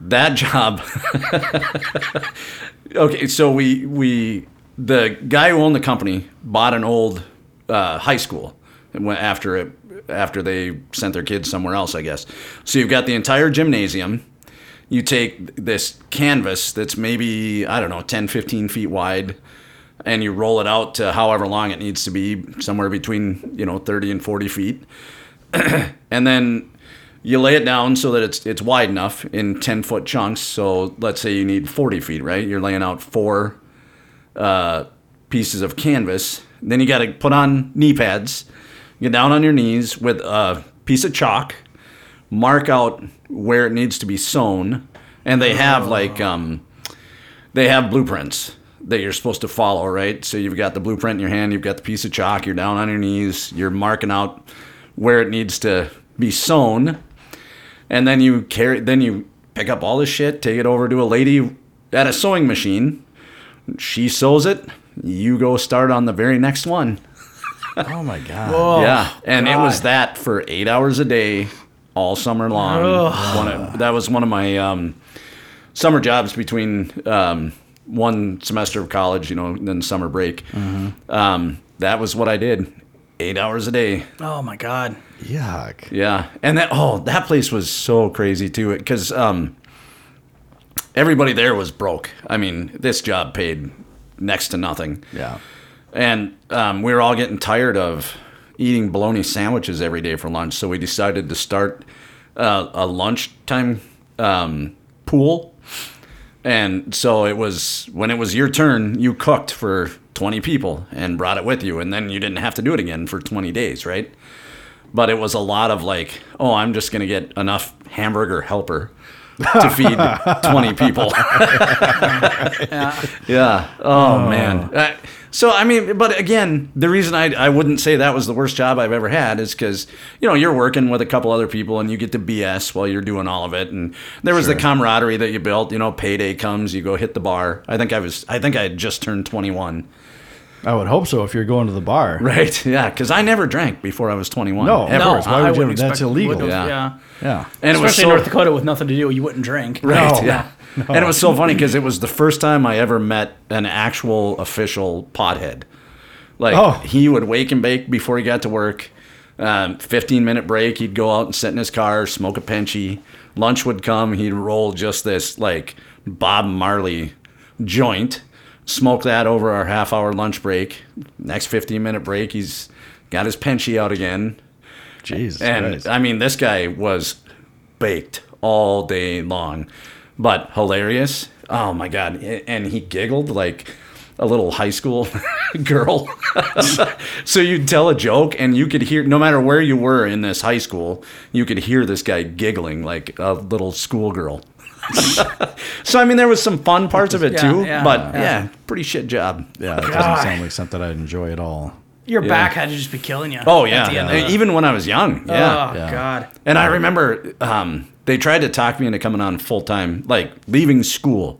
Speaker 2: that job okay so we we the guy who owned the company bought an old uh, high school and went after it after they sent their kids somewhere else i guess so you've got the entire gymnasium you take this canvas that's maybe i don't know 10 15 feet wide and you roll it out to however long it needs to be somewhere between you know 30 and 40 feet and then you lay it down so that it's it's wide enough in 10 foot chunks so let's say you need 40 feet right you're laying out four uh, pieces of canvas then you got to put on knee pads get down on your knees with a piece of chalk mark out where it needs to be sewn and they have like um, they have blueprints that you're supposed to follow, right? So you've got the blueprint in your hand, you've got the piece of chalk, you're down on your knees, you're marking out where it needs to be sewn, and then you carry, then you pick up all this shit, take it over to a lady at a sewing machine. She sews it. You go start on the very next one.
Speaker 1: Oh my god.
Speaker 2: yeah, and it was that for eight hours a day, all summer long. One of- that was one of my um, summer jobs between um, one semester of college, you know, and then summer break. Um, that was what I did, eight hours a day.
Speaker 3: Oh my god.
Speaker 1: Yuck.
Speaker 2: Yeah, and that oh, that place was so crazy too, because um, everybody there was broke. I mean, this job paid next to nothing.
Speaker 1: Yeah.
Speaker 2: And um, we were all getting tired of eating bologna sandwiches every day for lunch, so we decided to start uh, a lunchtime um, pool. And so it was when it was your turn, you cooked for 20 people and brought it with you, and then you didn't have to do it again for 20 days, right? But it was a lot of like, oh, I'm just going to get enough hamburger helper to feed 20 people. Yeah. Oh, man. Uh, so I mean, but again, the reason I I wouldn't say that was the worst job I've ever had is because you know you're working with a couple other people and you get to BS while you're doing all of it, and there was the camaraderie that you built. You know, payday comes, you go hit the bar. I think I was I think I had just turned 21.
Speaker 1: I would hope so if you're going to the bar.
Speaker 2: Right. Yeah. Because I never drank before I was 21.
Speaker 1: No,
Speaker 2: Ever.
Speaker 1: No. course, why would you
Speaker 3: wouldn't
Speaker 1: ever- that's
Speaker 3: expect-
Speaker 1: illegal.
Speaker 3: wouldn't-
Speaker 2: Yeah.
Speaker 3: Yeah.
Speaker 1: Yeah.
Speaker 2: And it was
Speaker 3: Especially
Speaker 2: so,
Speaker 3: in North Dakota with nothing to do, you wouldn't drink.
Speaker 2: Right.
Speaker 1: No.
Speaker 2: Yeah. And it was so funny because it was the first time I ever met an actual official pothead. Like
Speaker 1: Oh.
Speaker 2: he would wake and bake before he got to work. Um, Fifteen minute break, he'd go out and sit in his car, smoke a penchy. Lunch would come, he'd roll just this like Bob Marley joint, smoke that over our half hour lunch break. Next fifteen minute break, he's got his penchy out again,
Speaker 1: Jesus
Speaker 2: and
Speaker 1: Christ.
Speaker 2: I mean, this guy was baked all day long, but hilarious. Oh my god! A- And he giggled like a little high school girl. so you'd tell a joke, and you could hear, no matter where you were in this high school, you could hear this guy giggling like a little schoolgirl. so I mean, there was some fun parts of it
Speaker 3: Yeah,
Speaker 2: too,
Speaker 3: yeah,
Speaker 2: but
Speaker 3: yeah.
Speaker 2: yeah. pretty shit job.
Speaker 1: yeah, that doesn't sound like something I'd enjoy at all.
Speaker 3: Your back had to just be killing you.
Speaker 2: Oh
Speaker 3: at
Speaker 2: yeah,
Speaker 3: the end of
Speaker 2: And
Speaker 3: it.
Speaker 2: even when I was young. Yeah,
Speaker 3: oh
Speaker 1: yeah.
Speaker 3: god.
Speaker 2: And I remember um, they tried to talk me into coming on full time, like leaving school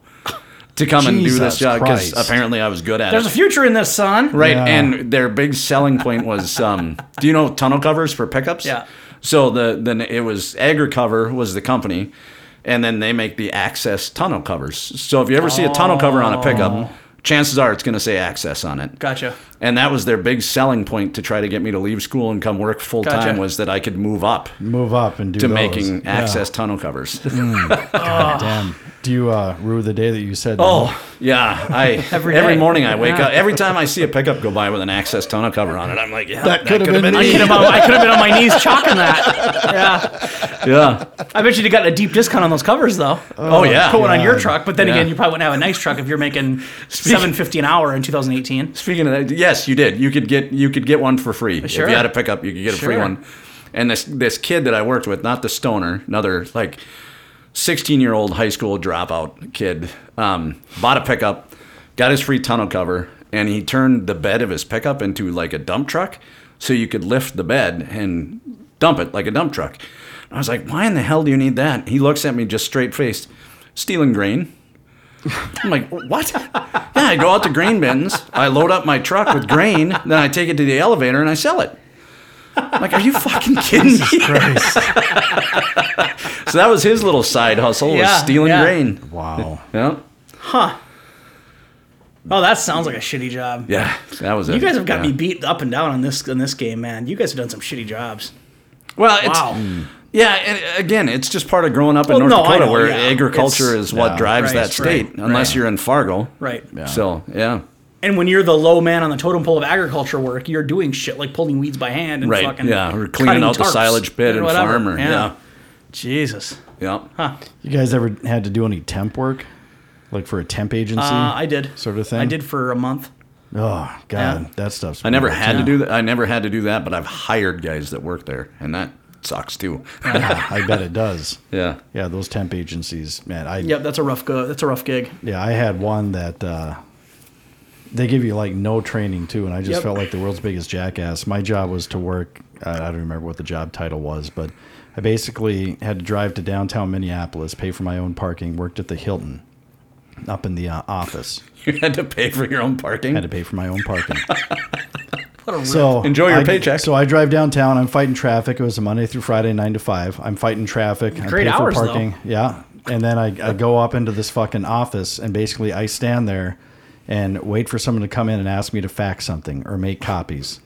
Speaker 2: to come and do
Speaker 1: Jesus
Speaker 2: this job because
Speaker 1: Christ.
Speaker 2: apparently I was good at
Speaker 3: There's a
Speaker 2: it.
Speaker 3: future in this, son.
Speaker 2: right.
Speaker 1: Yeah.
Speaker 2: And their big selling point was um, do you know tunnel covers for pickups?
Speaker 3: Yeah.
Speaker 2: So the then it was AgriCover was the company, and then they make the Access tunnel covers. So if you ever see a tunnel cover on a
Speaker 1: Oh.
Speaker 2: pickup, chances are it's going to say Access on it.
Speaker 3: Gotcha.
Speaker 2: And that was their big selling point to try to get me to leave school and come work full time
Speaker 3: Gotcha.
Speaker 2: was that I could move up
Speaker 1: Move up and do
Speaker 2: to
Speaker 1: those.
Speaker 2: making
Speaker 1: Yeah.
Speaker 2: access tunnel covers.
Speaker 1: Damn. Do you uh, rue the day that you said?
Speaker 2: oh, yeah. I every,
Speaker 3: day.
Speaker 2: morning I wake up. Every time I see a pickup go by with an access tunnel cover on it, I'm like, yeah,
Speaker 1: That could have
Speaker 2: coulda
Speaker 1: been
Speaker 3: I
Speaker 1: me.
Speaker 3: could have I could have been on my knees chalking that. Yeah.
Speaker 2: Yeah.
Speaker 3: I bet you'd have gotten a deep discount on those covers though.
Speaker 2: Oh, yeah.
Speaker 3: Put one on your
Speaker 1: God.
Speaker 3: truck, but then
Speaker 2: Yeah.
Speaker 3: again, you probably wouldn't have a nice truck if you're making seven fifty an hour in 2018.
Speaker 2: Speaking of that, yes, you did. You could get you could get one for free
Speaker 3: Sure.
Speaker 2: if you had a pickup. You could get a free
Speaker 3: Sure.
Speaker 2: one. And this this kid that I worked with, not the stoner, another like 16 year old high school dropout kid, um, bought a pickup, got his free tunnel cover, and he turned the bed of his pickup into like a dump truck, so you could lift the bed and dump it like a dump truck. I was like, why in the hell do you need that? He looks at me just straight faced, stealing grain. I'm like, what? yeah, I go out to grain bins, I load up my truck with grain, then I take it to the elevator and I sell it. I'm like, are you fucking kidding me?
Speaker 1: Christ.
Speaker 2: So that was his little side hustle
Speaker 3: Yeah,
Speaker 2: was stealing
Speaker 3: yeah.
Speaker 2: grain.
Speaker 1: wow.
Speaker 2: Yeah.
Speaker 3: Oh, that sounds like a shitty job.
Speaker 2: Yeah. That was it.
Speaker 3: You guys have got
Speaker 2: Yeah.
Speaker 3: me beat up and down on this in this game, man. You guys have done some shitty jobs.
Speaker 2: Well, it's
Speaker 3: Wow.
Speaker 2: yeah, and again, it's just part of growing up in
Speaker 3: Well,
Speaker 2: North
Speaker 3: no, I
Speaker 2: Dakota
Speaker 3: know,
Speaker 2: where
Speaker 3: yeah.
Speaker 2: agriculture
Speaker 3: It's-
Speaker 2: is what
Speaker 1: yeah.
Speaker 2: drives
Speaker 3: Right,
Speaker 2: that state
Speaker 3: right,
Speaker 2: unless
Speaker 3: right.
Speaker 2: you're in Fargo.
Speaker 3: Right.
Speaker 2: So, yeah.
Speaker 3: And when you're the low man on the totem pole of agriculture work, you're doing shit like pulling weeds by hand and
Speaker 2: Right.
Speaker 3: fucking
Speaker 2: yeah, or
Speaker 3: cutting
Speaker 2: cleaning out the
Speaker 3: tarps
Speaker 2: silage pit
Speaker 3: or
Speaker 2: and
Speaker 3: whatever.
Speaker 2: farmer. Yeah.
Speaker 3: Jesus.
Speaker 2: Yeah.
Speaker 3: Huh.
Speaker 1: You guys ever had to do any temp work, like for a temp agency?
Speaker 3: Uh, I did.
Speaker 1: Sort of thing?
Speaker 3: I did for a month.
Speaker 1: Oh God,
Speaker 3: Yeah.
Speaker 1: that stuff's.
Speaker 2: I never had to do that. I never had to do that, but I've hired guys that work there, and that sucks too.
Speaker 1: I bet it does.
Speaker 2: yeah.
Speaker 1: Yeah, those temp agencies, man. I
Speaker 3: Yep, that's a rough go. That's a rough gig.
Speaker 1: yeah, I had one that uh, they give you like no training too, and I just
Speaker 3: Yep.
Speaker 1: felt like the world's biggest jackass. My job was to work. uh, I I don't remember what the job title was, but I basically had to drive to downtown Minneapolis, pay for my own parking, worked at the Hilton, up in the uh, office.
Speaker 2: You had to pay for your own parking.
Speaker 1: had to pay for my own parking.
Speaker 3: What a rip.
Speaker 1: So
Speaker 2: Enjoy your
Speaker 1: I-
Speaker 2: paycheck.
Speaker 1: So I drive downtown. I'm fighting traffic. It was a Monday through Friday, nine to five. I'm fighting traffic. I
Speaker 3: Great
Speaker 1: pay
Speaker 3: hours, though.
Speaker 1: for parking. Yeah, and then I, I go up into this fucking office, and basically I stand there and wait for someone to come in and ask me to fax something or make copies.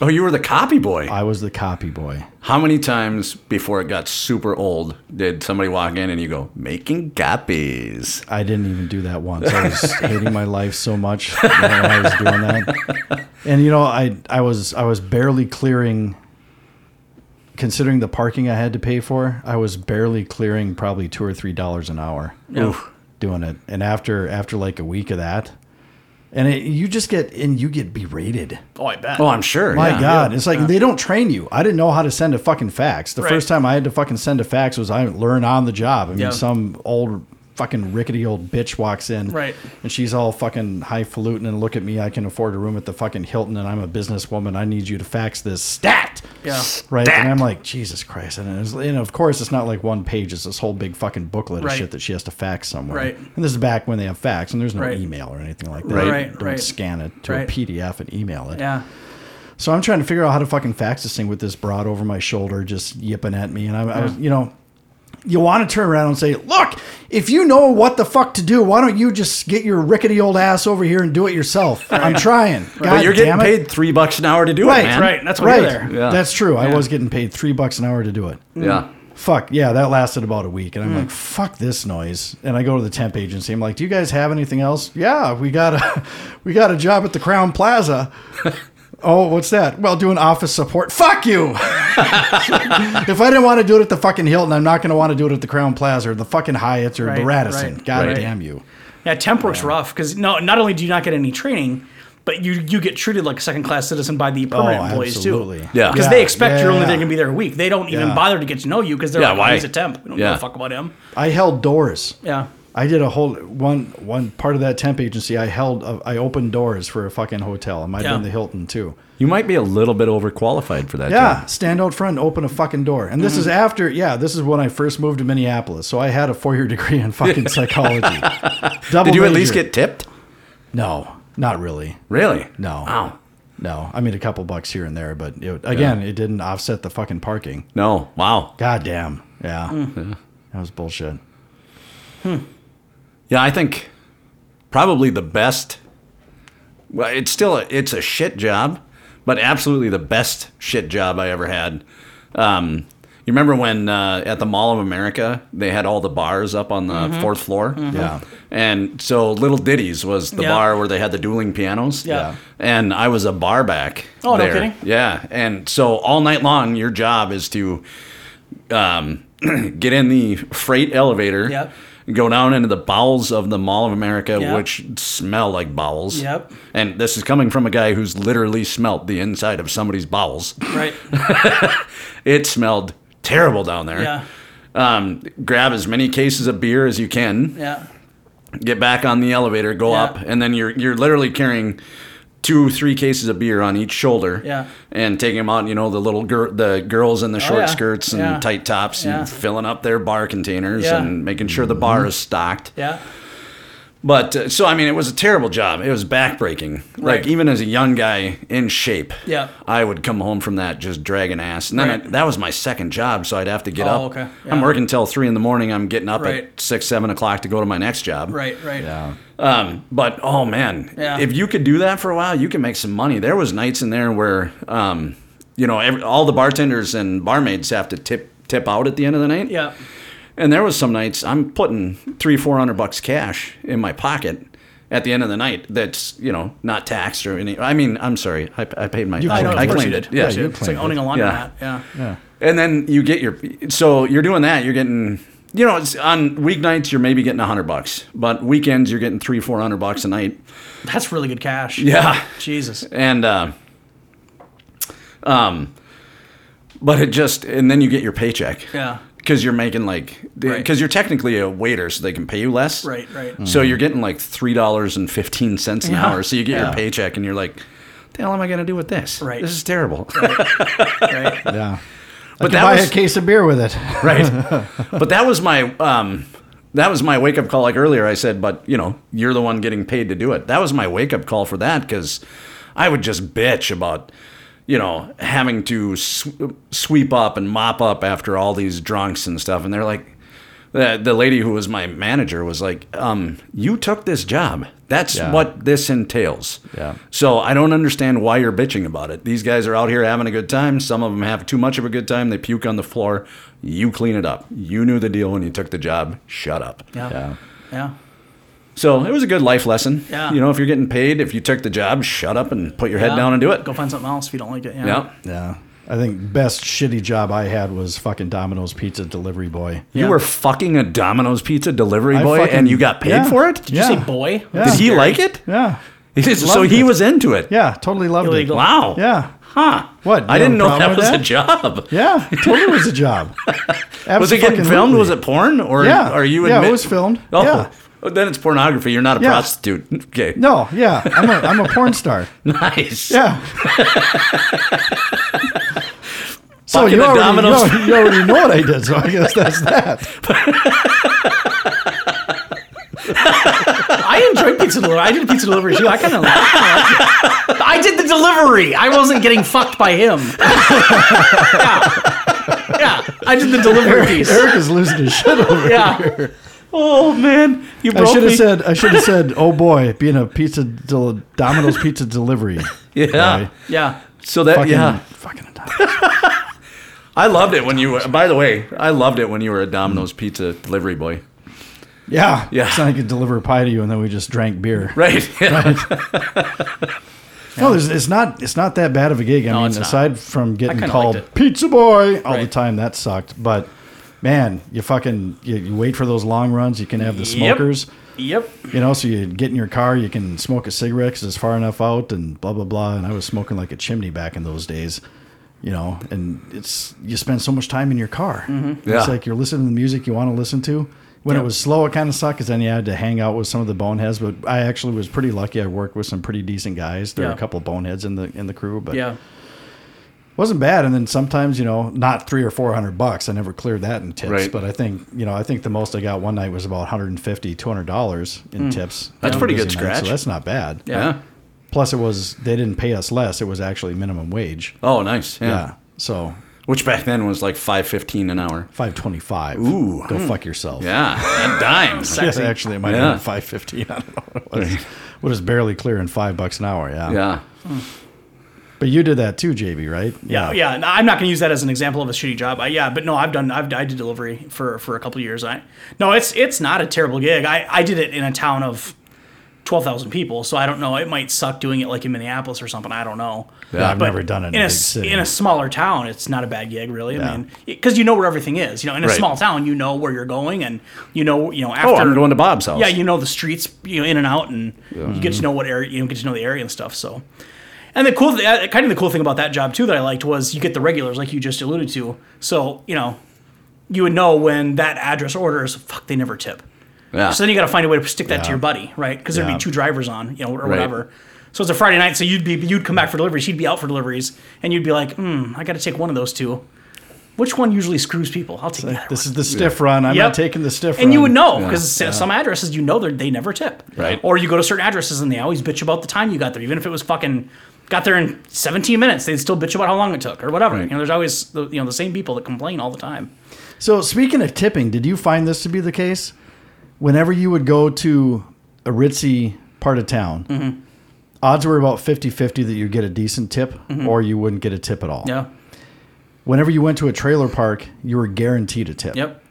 Speaker 2: Oh, you were the copy boy.
Speaker 1: I was the copy boy.
Speaker 2: How many times before it got super old did somebody walk in and you go, making copies?
Speaker 1: I didn't even do that once. I was hating my life so much when I was doing that. And you know, I I was I was barely clearing considering the parking I had to pay for, I was barely clearing probably two or three dollars an hour
Speaker 2: Oof.
Speaker 1: doing it. And after after like a week of that, and it, you just get and you get berated.
Speaker 3: Oh, I bet.
Speaker 2: Oh, I'm sure.
Speaker 1: My
Speaker 2: yeah.
Speaker 1: God, it's like they don't train you. I didn't know how to send a fucking fax. The
Speaker 3: Right.
Speaker 1: first time I had to fucking send a fax was I learned on the job. I mean,
Speaker 3: Yeah.
Speaker 1: some old fucking rickety old bitch walks in,
Speaker 3: Right.
Speaker 1: And she's all fucking highfalutin and look at me. I can afford a room at the fucking Hilton, and I'm a businesswoman. I need you to fax this stat.
Speaker 3: Yeah.
Speaker 1: Right, and I'm like Jesus Christ, and, it's, and of course it's not like one page; it's this whole big fucking booklet
Speaker 3: Right.
Speaker 1: of shit that she has to fax somewhere.
Speaker 3: Right.
Speaker 1: and this is back when they have fax, and there's no
Speaker 3: Right.
Speaker 1: email or anything like that.
Speaker 2: Right.
Speaker 1: They
Speaker 3: Right,
Speaker 1: Don't
Speaker 3: right.
Speaker 1: scan it to
Speaker 3: Right.
Speaker 1: a PDF and email it.
Speaker 3: Yeah.
Speaker 1: So I'm trying to figure out how to fucking fax this thing with this broad over my shoulder, just yipping at me. And I, I was, you know, you want to turn around and say, look, if you know what the fuck to do, why don't you just get your rickety old ass over here and do it yourself? I'm trying. God
Speaker 2: But you're getting
Speaker 1: damn it.
Speaker 2: paid three bucks an hour to do
Speaker 1: Right,
Speaker 2: it, man.
Speaker 3: Right. That's why
Speaker 1: Right.
Speaker 3: you're there.
Speaker 2: Yeah.
Speaker 1: That's true. I was getting paid three bucks an hour to do it. Mm.
Speaker 2: Yeah.
Speaker 1: Fuck. Yeah, that lasted about a week.
Speaker 3: Hmm.
Speaker 1: And I'm like, fuck this noise. And I go to the temp agency. I'm like, do you guys have anything else? Yeah, we got a we got a job at the Crown Plaza. Oh, what's that? Well, doing office support. Fuck you. if I didn't want to do it at the fucking Hilton, I'm not going to want to do it at the Crown Plaza or the fucking Hyatt or the
Speaker 3: Right,
Speaker 1: Radisson.
Speaker 3: right,
Speaker 1: God
Speaker 2: right.
Speaker 1: damn you.
Speaker 3: Yeah, temp work's rough because no, not only do you not get any training, but you you get treated like a second class citizen by the permanent employees too.
Speaker 1: Oh, absolutely.
Speaker 2: Yeah.
Speaker 3: because
Speaker 1: Yeah,
Speaker 3: they expect you're only
Speaker 1: yeah.
Speaker 3: there gonna be there a week. They don't even
Speaker 1: Yeah.
Speaker 3: bother to get to know you because they're
Speaker 2: Yeah,
Speaker 3: like,
Speaker 2: why?
Speaker 3: oh, he's a temp. We don't
Speaker 2: Yeah.
Speaker 3: give a fuck about him.
Speaker 1: I held doors.
Speaker 3: Yeah,
Speaker 1: I did a whole one one part of that temp agency. I held a, I opened doors for a fucking hotel. It might have
Speaker 3: Yeah.
Speaker 1: been the Hilton too.
Speaker 2: You might be a little bit overqualified for that.
Speaker 1: Yeah,
Speaker 2: job.
Speaker 1: stand out front, open a fucking door. And this is
Speaker 2: Mm-hmm.
Speaker 1: after, yeah, this is when I first moved to Minneapolis. So I had a four year degree in fucking psychology. Double
Speaker 2: Did you at least
Speaker 1: major.
Speaker 2: get tipped?
Speaker 1: No, not really.
Speaker 2: Really?
Speaker 1: No.
Speaker 2: Wow.
Speaker 1: No, I made a couple bucks here and there, but it, again, it didn't offset the fucking parking.
Speaker 2: No. Wow.
Speaker 1: Goddamn. Yeah.
Speaker 2: Mm.
Speaker 1: That was bullshit.
Speaker 2: Yeah, I think probably the best. Well, it's still a, it's a shit job, but absolutely the best shit job I ever had. Um, you remember when uh, at the Mall of America they had all the bars up on the
Speaker 3: Mm-hmm.
Speaker 2: fourth floor?
Speaker 1: Yeah.
Speaker 2: And so Little Ditties was the
Speaker 3: Yeah.
Speaker 2: bar where they had the dueling pianos.
Speaker 3: Yeah. Yeah.
Speaker 2: And I was a bar back.
Speaker 3: Oh, no
Speaker 2: there.
Speaker 3: kidding.
Speaker 2: Yeah. And so all night long, your job is to um, get in the freight elevator,
Speaker 3: Yep.
Speaker 2: go down into the bowels of the Mall of America,
Speaker 3: Yep.
Speaker 2: which smell like bowels.
Speaker 3: Yep.
Speaker 2: And this is coming from a guy who's literally smelt the inside of somebody's bowels.
Speaker 3: right.
Speaker 2: It smelled terrible down there.
Speaker 3: yeah,
Speaker 2: Um, grab as many cases of beer as you can
Speaker 3: yeah,
Speaker 2: get back on the elevator, go
Speaker 3: Yeah.
Speaker 2: up, and then you're you're literally carrying two, three cases of beer on each shoulder,
Speaker 3: Yeah. Oh,
Speaker 2: and taking them out. You know, the little gir- the girls in the short
Speaker 3: yeah.
Speaker 2: skirts and
Speaker 3: Yeah.
Speaker 2: tight tops,
Speaker 3: Yeah.
Speaker 2: and filling up their bar containers
Speaker 3: Yeah. Mm-hmm.
Speaker 2: and making sure the bar is stocked.
Speaker 3: yeah.
Speaker 2: But uh, so I mean, it was a terrible job. It was backbreaking.
Speaker 3: Right.
Speaker 2: Like even as a young guy in shape,
Speaker 3: Yeah.
Speaker 2: I would come home from that just dragging ass. And then
Speaker 3: Right.
Speaker 2: I, that was my second job, so I'd have to get
Speaker 3: Oh,
Speaker 2: up.
Speaker 3: okay.
Speaker 2: I'm
Speaker 3: Yeah.
Speaker 2: working till three in the morning. I'm getting up
Speaker 3: Right.
Speaker 2: at six, seven o'clock to go to my next job.
Speaker 3: Right, right.
Speaker 1: Yeah.
Speaker 2: Um, but oh man,
Speaker 3: Yeah.
Speaker 2: if you could do that for a while, you can make some money. There was nights in there where, um, you know, every, all the bartenders and barmaids have to tip tip out at the end of the night.
Speaker 3: Yeah.
Speaker 2: And there was some nights I'm putting three, four hundred bucks cash in my pocket, at the end of the night that's you know not taxed or any. I mean, I'm sorry, I, I paid my. I,
Speaker 1: claimed
Speaker 2: I
Speaker 1: it.
Speaker 2: claimed it. Yeah,
Speaker 1: Yeah, you
Speaker 3: It's like
Speaker 1: claimed
Speaker 3: owning a
Speaker 1: it.
Speaker 3: laundromat.
Speaker 2: Yeah.
Speaker 3: yeah.
Speaker 1: Yeah.
Speaker 2: and then you get your so you're doing that you're getting you know it's on weeknights you're maybe getting 100 bucks but weekends you're getting three 400 bucks a night
Speaker 3: That's really good cash.
Speaker 2: yeah
Speaker 3: Jesus.
Speaker 2: and uh, um but it just and then you get your paycheck
Speaker 3: Yeah.
Speaker 2: because you're making like because
Speaker 3: Right.
Speaker 2: you're technically a waiter so they can pay you less
Speaker 3: Right, right.
Speaker 2: so
Speaker 1: Mm-hmm.
Speaker 2: you're getting like three dollars and fifteen cents an
Speaker 3: Yeah.
Speaker 2: hour so you get your
Speaker 1: Yeah.
Speaker 2: paycheck and you're like what the hell am i going to do with this
Speaker 3: Right.
Speaker 2: this is terrible
Speaker 3: Right.
Speaker 1: Yeah.
Speaker 2: but
Speaker 1: Could buy a case of beer with it.
Speaker 2: right but that was my um that was my wake up call like earlier i said but you know you're the one getting paid to do it that was my wake up call for that cuz i would just bitch about you know having to sw- sweep up and mop up after all these drunks and stuff and they're like the, the lady who was my manager was like um you took this job that's
Speaker 1: Yeah.
Speaker 2: what this entails
Speaker 1: Yeah.
Speaker 2: so I don't understand why you're bitching about it. These guys are out here having a good time. Some of them have too much of a good time. They puke on the floor. You clean it up. You knew the deal when you took the job. Shut up.
Speaker 3: Yeah. Yeah.
Speaker 1: Yeah.
Speaker 3: Yeah.
Speaker 2: So it was a good life lesson.
Speaker 3: Yeah.
Speaker 2: You know, if you're getting paid, if you took the job, shut up and put your head down and do it.
Speaker 3: Go find something else if you don't like it. Yeah.
Speaker 2: Yeah.
Speaker 1: Yeah. I think best shitty job I had was fucking Domino's pizza delivery boy.
Speaker 2: You
Speaker 3: Yeah.
Speaker 2: were fucking a Domino's pizza delivery
Speaker 1: I
Speaker 2: boy
Speaker 1: fucking-
Speaker 2: and you got paid
Speaker 1: yeah.
Speaker 2: for it?
Speaker 3: Did you say boy?
Speaker 1: Yeah.
Speaker 2: Did he like it?
Speaker 1: Yeah.
Speaker 2: so he was into it.
Speaker 1: Yeah. Totally loved
Speaker 3: Illegal.
Speaker 1: it.
Speaker 2: Wow.
Speaker 1: Yeah.
Speaker 2: Huh.
Speaker 1: What, you
Speaker 2: I
Speaker 1: have
Speaker 2: didn't
Speaker 1: a
Speaker 2: know
Speaker 1: problem
Speaker 2: that
Speaker 1: with
Speaker 2: was a
Speaker 1: that?
Speaker 2: job.
Speaker 1: Yeah. Totally was a job.
Speaker 2: Was it getting filmed? Was it porn? Or
Speaker 1: Yeah.
Speaker 2: are you?
Speaker 1: Yeah, it
Speaker 2: admit-
Speaker 1: was filmed.
Speaker 2: Oh,
Speaker 1: Yeah.
Speaker 2: Oh, then it's pornography. You're not a
Speaker 1: Yeah.
Speaker 2: prostitute. Okay.
Speaker 1: No. Yeah. I'm a, I'm a porn star.
Speaker 2: Nice.
Speaker 1: Yeah. so
Speaker 2: Fucking
Speaker 1: you already,
Speaker 2: the
Speaker 1: you,
Speaker 2: Domino's.
Speaker 1: already, you already know what I did, so I guess that's that.
Speaker 3: I enjoyed pizza delivery. I did pizza delivery too. I kind of liked it. I did the delivery. I wasn't getting fucked by him. yeah. yeah. I did the delivery piece.
Speaker 1: Eric is losing his shit over.
Speaker 3: Yeah. Oh man, you
Speaker 1: I
Speaker 3: broke
Speaker 1: should have
Speaker 3: me.
Speaker 1: said. I should have said. Oh boy, being a pizza del- Domino's pizza delivery.
Speaker 2: Yeah.
Speaker 1: guy.
Speaker 3: yeah.
Speaker 2: So that
Speaker 1: Fucking,
Speaker 2: yeah,
Speaker 1: Fucking a Domino's.
Speaker 2: I loved it when you. were By the way, I loved it when you were a Domino's pizza delivery boy.
Speaker 1: Yeah.
Speaker 2: Yeah.
Speaker 1: It's not like I could deliver a pie to you, and then we just drank beer.
Speaker 2: Right. Yeah.
Speaker 1: No, there's, it's not. It's not that bad of a gig. I
Speaker 3: it's
Speaker 1: mean,
Speaker 3: not.
Speaker 1: aside from getting
Speaker 3: kinda
Speaker 1: called
Speaker 3: liked it.
Speaker 1: pizza boy all the
Speaker 3: Right.
Speaker 1: time, that sucked. But man, you fucking you, you wait for those long runs. You can have the
Speaker 3: Yep.
Speaker 1: smokers.
Speaker 3: Yep.
Speaker 1: You know, so you get in your car, you can smoke a cigarette 'cause it's far enough out, and blah blah blah. And I was smoking like a chimney back in those days, you know. And it's you spend so much time in your car.
Speaker 3: Mm-hmm.
Speaker 2: Yeah.
Speaker 1: It's like you're listening to the music you want to listen to. When
Speaker 3: Yep.
Speaker 1: it was slow, it kind of sucked because then you had to hang out with some of the boneheads. But I actually was pretty lucky. I worked with some pretty decent guys. There were
Speaker 3: Yeah.
Speaker 1: a couple of boneheads in the in the crew, but
Speaker 3: Yeah.
Speaker 1: wasn't bad. And then sometimes, you know, not three or four hundred bucks. I never cleared that in tips,
Speaker 2: Right.
Speaker 1: but I think, you know, I think the most I got one night was about 150 dollars in tips.
Speaker 2: Hmm. That's
Speaker 1: on a
Speaker 2: pretty
Speaker 1: busy
Speaker 2: good
Speaker 1: night,
Speaker 2: scratch.
Speaker 1: so that's not bad.
Speaker 2: yeah.
Speaker 1: Plus, it was they didn't pay us less. It was actually minimum wage.
Speaker 2: Oh, nice. Yeah.
Speaker 1: Yeah. So
Speaker 2: Which back then was like five fifteen an hour.
Speaker 1: 525.
Speaker 2: Ooh. Hmm.
Speaker 1: Go fuck yourself.
Speaker 2: Yeah. And dimes.
Speaker 1: Yeah, actually, it might
Speaker 2: Yeah.
Speaker 1: have been 515. I don't know what it was. What is barely clearing five bucks an hour. Yeah.
Speaker 2: Yeah.
Speaker 1: But you did that too, JB, right?
Speaker 3: Yeah, yeah. No, I'm not going to use that as an example of a shitty job. I, yeah, but no, I've done. I've I did delivery for for a couple of years. I no, it's it's not a terrible gig. I I did it in a town of twelve thousand people, so I don't know. It might suck doing it like in Minneapolis or something. I don't know.
Speaker 1: Yeah, I've
Speaker 3: But
Speaker 1: never done it in,
Speaker 3: in
Speaker 1: a
Speaker 3: a
Speaker 1: big
Speaker 3: s-
Speaker 1: city.
Speaker 3: in a smaller town. It's not a bad gig, really. I
Speaker 1: Yeah.
Speaker 3: mean, because you know where everything is. You know, in a
Speaker 2: Right.
Speaker 3: small town, you know where you're going, and you know you know after.
Speaker 2: Oh, I'm going to Bob's house.
Speaker 3: Yeah, you know the streets, you know, in and out, and you get to
Speaker 1: Mm-hmm.
Speaker 3: know what area, you know, get to know the area and stuff. So, and the cool, th- uh, kind of the cool thing about that job too that I liked was you get the regulars, like you just alluded to. So you know, you would know when that address orders. Fuck, they never tip.
Speaker 2: yeah.
Speaker 3: So then you got to find a way to stick that to
Speaker 1: Yeah.
Speaker 3: your buddy, right? Because there'd
Speaker 1: Yeah.
Speaker 3: be two drivers on, you know, or whatever. So it's a Friday night, so you'd be you'd come back for deliveries, he'd be out for deliveries, and you'd be like, hmm, I got to take one of those two. Which one usually screws people? I'll take the other
Speaker 1: This is the stiff run. I'm
Speaker 3: Yep.
Speaker 1: not taking the stiff run.
Speaker 3: and you would know because some addresses you know they're- they never tip.
Speaker 2: Right.
Speaker 3: Or you go to certain addresses and they always bitch about the time you got there, even if it was fucking got there in 17 minutes, they'd still bitch about how long it took or whatever.
Speaker 2: Right.
Speaker 3: You know, there's always the, you know the same people that complain all the time.
Speaker 1: So speaking of tipping, did you find this to be the case? Whenever you would go to a ritzy part of town,
Speaker 3: Mm-hmm.
Speaker 1: odds were about 50-50 that you'd get a decent tip
Speaker 3: Mm-hmm.
Speaker 1: or you wouldn't get a tip at all.
Speaker 3: Yeah.
Speaker 1: Whenever you went to a trailer park, you were guaranteed a tip.
Speaker 3: Yep.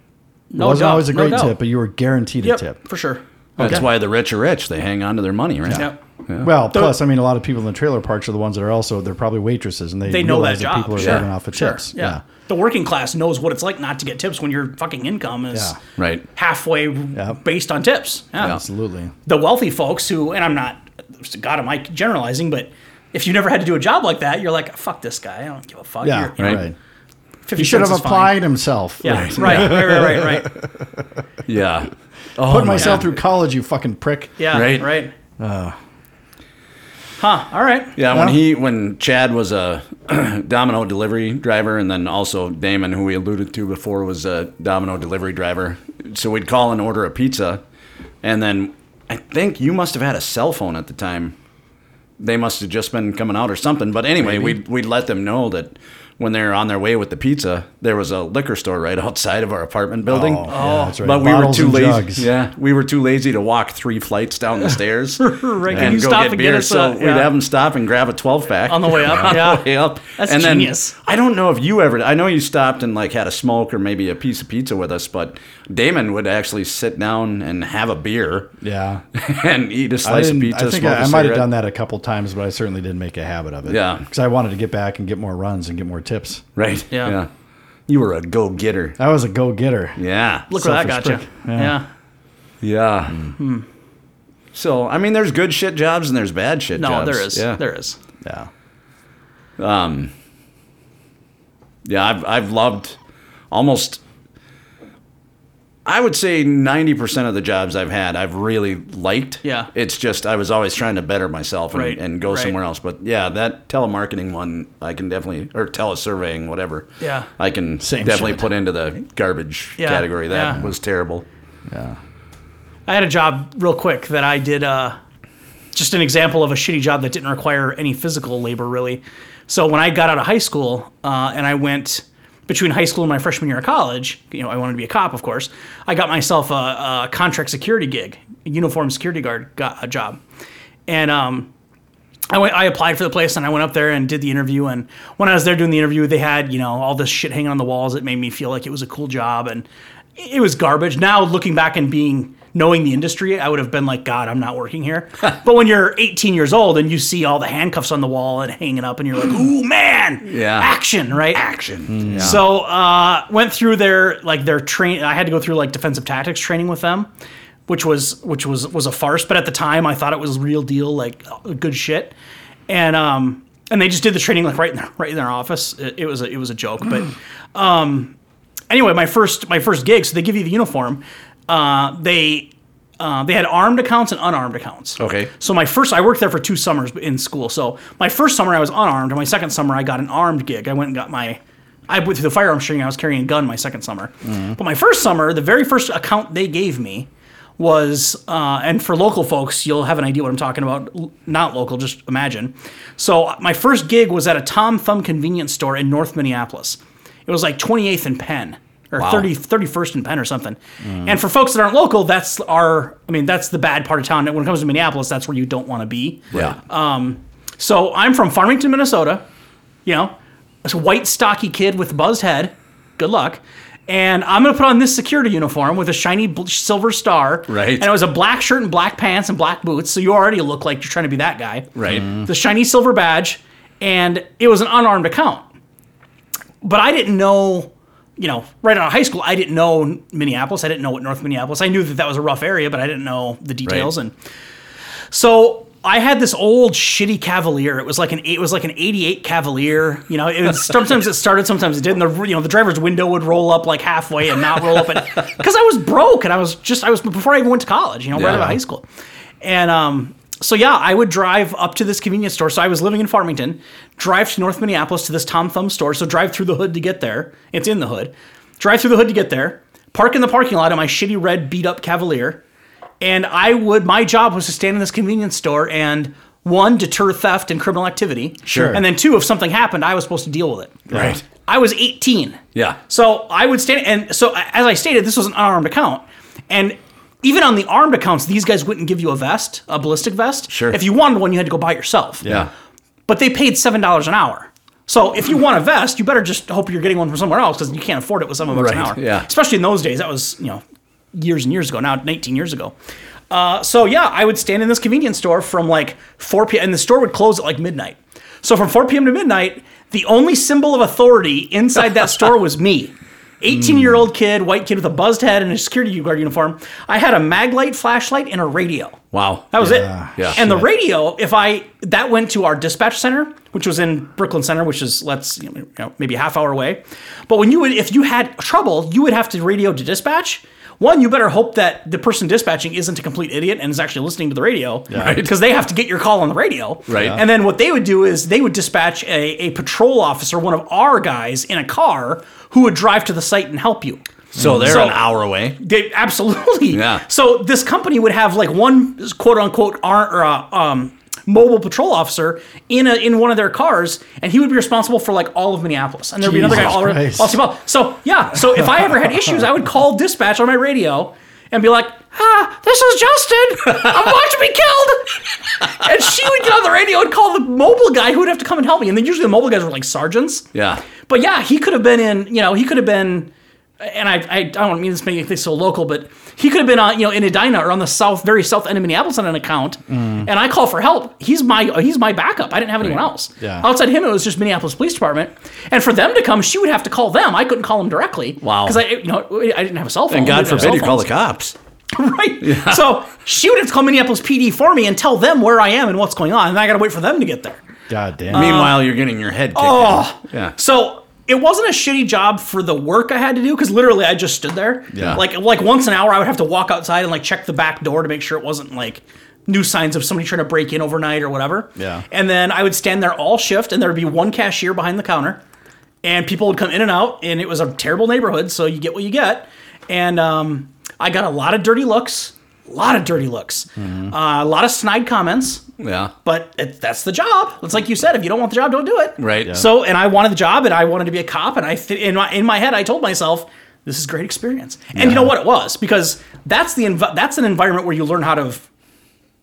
Speaker 1: it wasn't always a
Speaker 3: doubt,
Speaker 1: great
Speaker 3: no doubt.
Speaker 1: tip, but you were guaranteed
Speaker 3: Yep.
Speaker 1: a tip.
Speaker 3: For sure.
Speaker 2: That's
Speaker 1: Okay.
Speaker 2: why the rich are rich. They hang on to their money, right?
Speaker 3: Yep.
Speaker 1: Well, plus, I mean, a lot of people in the trailer parks are the ones that are also they're probably waitresses, and they,
Speaker 3: They know
Speaker 1: realize
Speaker 3: that job.
Speaker 1: people are
Speaker 3: Sure.
Speaker 1: living off of
Speaker 3: Sure.
Speaker 1: tips.
Speaker 3: Yeah. The working class knows what it's like not to get tips when your fucking income is
Speaker 1: Yeah.
Speaker 2: Right.
Speaker 3: halfway based on tips. Yeah.
Speaker 2: Yeah.
Speaker 1: absolutely.
Speaker 3: The wealthy folks who, and I'm not, God, am I generalizing, but if you never had to do a job like that, you're like, fuck this guy. I don't give a fuck.
Speaker 1: Yeah,
Speaker 3: You're-
Speaker 1: right.
Speaker 2: Right.
Speaker 1: He should have
Speaker 3: 50 cents is fine.
Speaker 1: applied himself.
Speaker 3: Yeah, right, right, right, right, right.
Speaker 2: Yeah. Oh,
Speaker 1: Put
Speaker 2: my
Speaker 1: myself
Speaker 2: God.
Speaker 1: through college, you fucking prick.
Speaker 3: Yeah, right,
Speaker 2: Right.
Speaker 3: right.
Speaker 1: Uh.
Speaker 3: huh. All right.
Speaker 2: Yeah, when
Speaker 1: Yeah.
Speaker 2: he when Chad was a Domino delivery driver, and then also Damon, who we alluded to before, was a Domino delivery driver. So we'd call and order a pizza, and then I think you must have had a cell phone at the time. They must have just been coming out or something. But anyway, we'd we'd let them know that when they're on their way with the pizza, there was a liquor store right outside of our apartment building.
Speaker 1: Oh, yeah, that's right.
Speaker 2: But we were
Speaker 1: Bottles
Speaker 2: too
Speaker 1: and
Speaker 2: lazy.
Speaker 1: jugs.
Speaker 2: Yeah, we were too lazy to walk three flights down the stairs
Speaker 3: Right, can you stop and get us a-
Speaker 2: so we'd
Speaker 3: yeah.
Speaker 2: have them stop and grab a 12 pack
Speaker 3: On the way up, yeah.
Speaker 2: up.
Speaker 3: That's
Speaker 2: and then-
Speaker 3: genius.
Speaker 2: I don't know if you ever. I know you stopped and like had a smoke or maybe a piece of pizza with us, but Damon would actually sit down and have a beer
Speaker 1: Yeah.
Speaker 2: and eat a
Speaker 1: I,
Speaker 2: slice of
Speaker 1: didn't,
Speaker 2: pizza.
Speaker 1: I think
Speaker 2: smoke
Speaker 1: I, I might
Speaker 2: a
Speaker 1: have
Speaker 2: cigarette.
Speaker 1: done that a couple times, but I certainly didn't make a habit of it.
Speaker 2: Yeah.
Speaker 1: Because I wanted to get back and get more runs and get more tips.
Speaker 2: Right.
Speaker 3: Yeah.
Speaker 2: You were a go getter.
Speaker 1: I was a go getter.
Speaker 2: Yeah.
Speaker 3: Look where that Hmm. got you.
Speaker 1: Self-respect.
Speaker 3: Yeah.
Speaker 1: Yeah.
Speaker 2: Yeah. So I mean, there's good shit jobs and there's bad shit
Speaker 3: No,
Speaker 2: jobs.
Speaker 3: there is.
Speaker 2: Yeah.
Speaker 3: There is.
Speaker 1: Yeah.
Speaker 2: Yeah, I've I've loved almost I would say 90% of the jobs I've had I've really liked.
Speaker 3: Yeah.
Speaker 2: It's just I was always trying to better myself and,
Speaker 3: Right,
Speaker 2: and go
Speaker 3: right.
Speaker 2: somewhere else. But yeah, that telemarketing one I can definitely or telesurveying, whatever.
Speaker 3: Yeah.
Speaker 2: I can
Speaker 1: Same
Speaker 2: definitely
Speaker 1: shit.
Speaker 2: put into the garbage
Speaker 3: Yeah,
Speaker 2: category. That
Speaker 3: yeah.
Speaker 2: was terrible.
Speaker 3: I had a job real quick that I did. Uh, just an example of a shitty job that didn't require any physical labor really. So when I got out of high school uh, and I went between high school and my freshman year of college, you know, I wanted to be a cop, of course. I got myself a, a contract security gig, a uniform security guard got a job, and um, I went. I applied for the place and I went up there and did the interview. And when I was there doing the interview, they had you know all this shit hanging on the walls. It made me feel like it was a cool job, and it was garbage. Now looking back and being knowing the industry, I would have been like, God, I'm not working here. but when you're 18 years old and you see all the handcuffs on the wall and hanging up, and you're like, Ooh man,
Speaker 2: Yeah.
Speaker 3: action, right? Action. So uh, went through their like their train. I had to go through like defensive tactics training with them, which was which was was a farce. But at the time, I thought it was real deal, like uh, good shit. And um and they just did the training like right in their, right in their office. It, it was a, it was a joke, but anyway, my first my first gig, so they give you the uniform. Uh, they uh, they had armed accounts and unarmed accounts.
Speaker 2: Okay.
Speaker 3: So my first, I worked there for two summers in school. So my first summer I was unarmed, and my second summer I got an armed gig. I went and got my, I went through the firearms training. I was carrying a gun my second summer, but my first summer, the very first account they gave me was, uh, and for local folks, you'll have an idea what I'm talking about. L- Not local, just imagine. So uh, my first gig was at a Tom Thumb convenience store in North Minneapolis. It was like 28th and Penn. Or 30, 31st and Penn or something. And for folks that aren't local, that's our, I mean, that's the bad part of town. When it comes to Minneapolis, that's where you don't want to be.
Speaker 2: Yeah.
Speaker 3: Um, So I'm from Farmington, Minnesota. You know, this white stocky kid with a buzzed head. Good luck. And I'm gonna put on this security uniform with a shiny bl- silver star.
Speaker 2: Right.
Speaker 3: And it was a black shirt and black pants and black boots. So you already look like you're trying to be that guy.
Speaker 2: right.
Speaker 3: The shiny silver badge, and it was an unarmed account. But I didn't know, you know, right out of high school, I didn't know Minneapolis. I didn't know what North Minneapolis. I knew that that was a rough area, but I didn't know the details.
Speaker 2: Right.
Speaker 3: And so I had this old shitty Cavalier. It was like an it was like an '88 Cavalier. You know, it was, sometimes it started, sometimes it didn't. The you know the driver's window would roll up like halfway and not roll up, and because I was broke and I was just I was before I even went to college. You know, right out
Speaker 2: Yeah.
Speaker 3: of high school, and um. So yeah, I would drive up to this convenience store. So I was living in Farmington, drive to North Minneapolis to this Tom Thumb store. So drive through the hood to get there. It's in the hood. Drive through the hood to get there. Park in the parking lot in my shitty red beat up Cavalier and I would my job was to stand in this convenience store and one deter theft and criminal activity.
Speaker 1: Sure.
Speaker 3: And then two, if something happened, I was supposed to deal with it.
Speaker 2: Right.
Speaker 3: I was 18.
Speaker 2: Yeah.
Speaker 3: So I would stand and so as I stated, this was an unarmed account, and even on the armed accounts, these guys wouldn't give you a vest, a ballistic vest.
Speaker 2: Sure.
Speaker 3: If you wanted one, you had to go buy it yourself.
Speaker 2: Yeah.
Speaker 3: But they paid seven dollars an hour. So if you want a vest, you better just hope you're getting one from somewhere else because you can't afford it with seven bucks an
Speaker 2: Right,
Speaker 3: hour.
Speaker 2: yeah.
Speaker 3: Especially in those days, that was you know years and years ago. Now 19 years ago. Uh, so yeah, I would stand in this convenience store from like 4 p.m. and the store would close at like midnight. So from 4 p.m. to midnight, the only symbol of authority inside that store was me. 18 year
Speaker 2: Hmm.
Speaker 3: old kid, white kid with a buzzed head and a security guard uniform. I had a maglite flashlight and a radio.
Speaker 2: Wow.
Speaker 3: That was it.
Speaker 2: Yeah.
Speaker 3: And the
Speaker 1: Shit.
Speaker 3: radio, if I that went to our dispatch center, which was in Brooklyn Center, which is let's you know, maybe a half hour away. But when you would, if you had trouble, you would have to radio to dispatch. One, you better hope that the person dispatching isn't a complete idiot and is actually listening to the radio,
Speaker 2: Right.
Speaker 3: Because they have to get your call on the radio,
Speaker 2: Right. Yeah.
Speaker 3: And then what they would do is they would dispatch a, a patrol officer, one of our guys, in a car who would drive to the site and help you.
Speaker 2: So they're
Speaker 3: So-
Speaker 2: an hour away.
Speaker 3: They absolutely.
Speaker 2: Yeah.
Speaker 3: So this company would have like one quote unquote ar- or, uh, um, mobile patrol officer in a, in one of their cars, and he would be responsible for like all of Minneapolis, and there'd be another guy
Speaker 1: Jesus
Speaker 3: all around.
Speaker 1: Christ.
Speaker 3: all through- So yeah. So if I ever had issues, I would call dispatch on my radio and be like. Ah, this is Justin. I'm about to be killed. And she would get on the radio and call the mobile guy who would have to come and help me. And then usually the mobile guys were like sergeants.
Speaker 2: Yeah.
Speaker 3: But yeah, he could have been in, you know, he could have been, and I, I, I don't mean this making things so local, but he could have been on, you know, in Edina or on the south, very south end of Minneapolis on an account.
Speaker 2: Mm.
Speaker 3: And I call for help. He's my, he's my backup. I didn't have anyone else.
Speaker 1: Yeah.
Speaker 3: Outside him, it was just Minneapolis Police Department. And for them to come, she would have to call them. I couldn't call them directly.
Speaker 2: Wow.
Speaker 3: Because I, you know, I didn't have a cell phone.
Speaker 2: And
Speaker 3: We
Speaker 2: God
Speaker 3: didn't have
Speaker 2: forbid you
Speaker 3: cell
Speaker 2: call
Speaker 3: phones.
Speaker 2: the cops.
Speaker 3: Right. So she would have to call Minneapolis PD for me and tell them where I am and what's going on. And I got to wait for them to get there.
Speaker 1: God damn.
Speaker 2: Meanwhile, you're getting your head kicked.
Speaker 3: Uh, Oh.
Speaker 2: in. Yeah.
Speaker 3: So it wasn't a shitty job for the work I had to do because literally I just stood there.
Speaker 2: Yeah.
Speaker 3: Like like once an hour I would have to walk outside and like check the back door to make sure it wasn't like new signs of somebody trying to break in overnight or whatever.
Speaker 1: Yeah.
Speaker 3: And then I would stand there all shift and there would be one cashier behind the counter and people would come in and out and it was a terrible neighborhood so you get what you get and um, I got a lot of dirty looks, a lot of dirty looks,
Speaker 2: Mm-hmm.
Speaker 3: uh, a lot of snide comments.
Speaker 2: Yeah.
Speaker 3: But it, that's the job. It's like you said, if you don't want the job, don't do it.
Speaker 2: Right. Yeah.
Speaker 3: So, and I wanted the job, and I wanted to be a cop, and I fit in my in my head. I told myself, this is a great experience, and you know what it was because that's the env- that's an environment where you learn how to. f-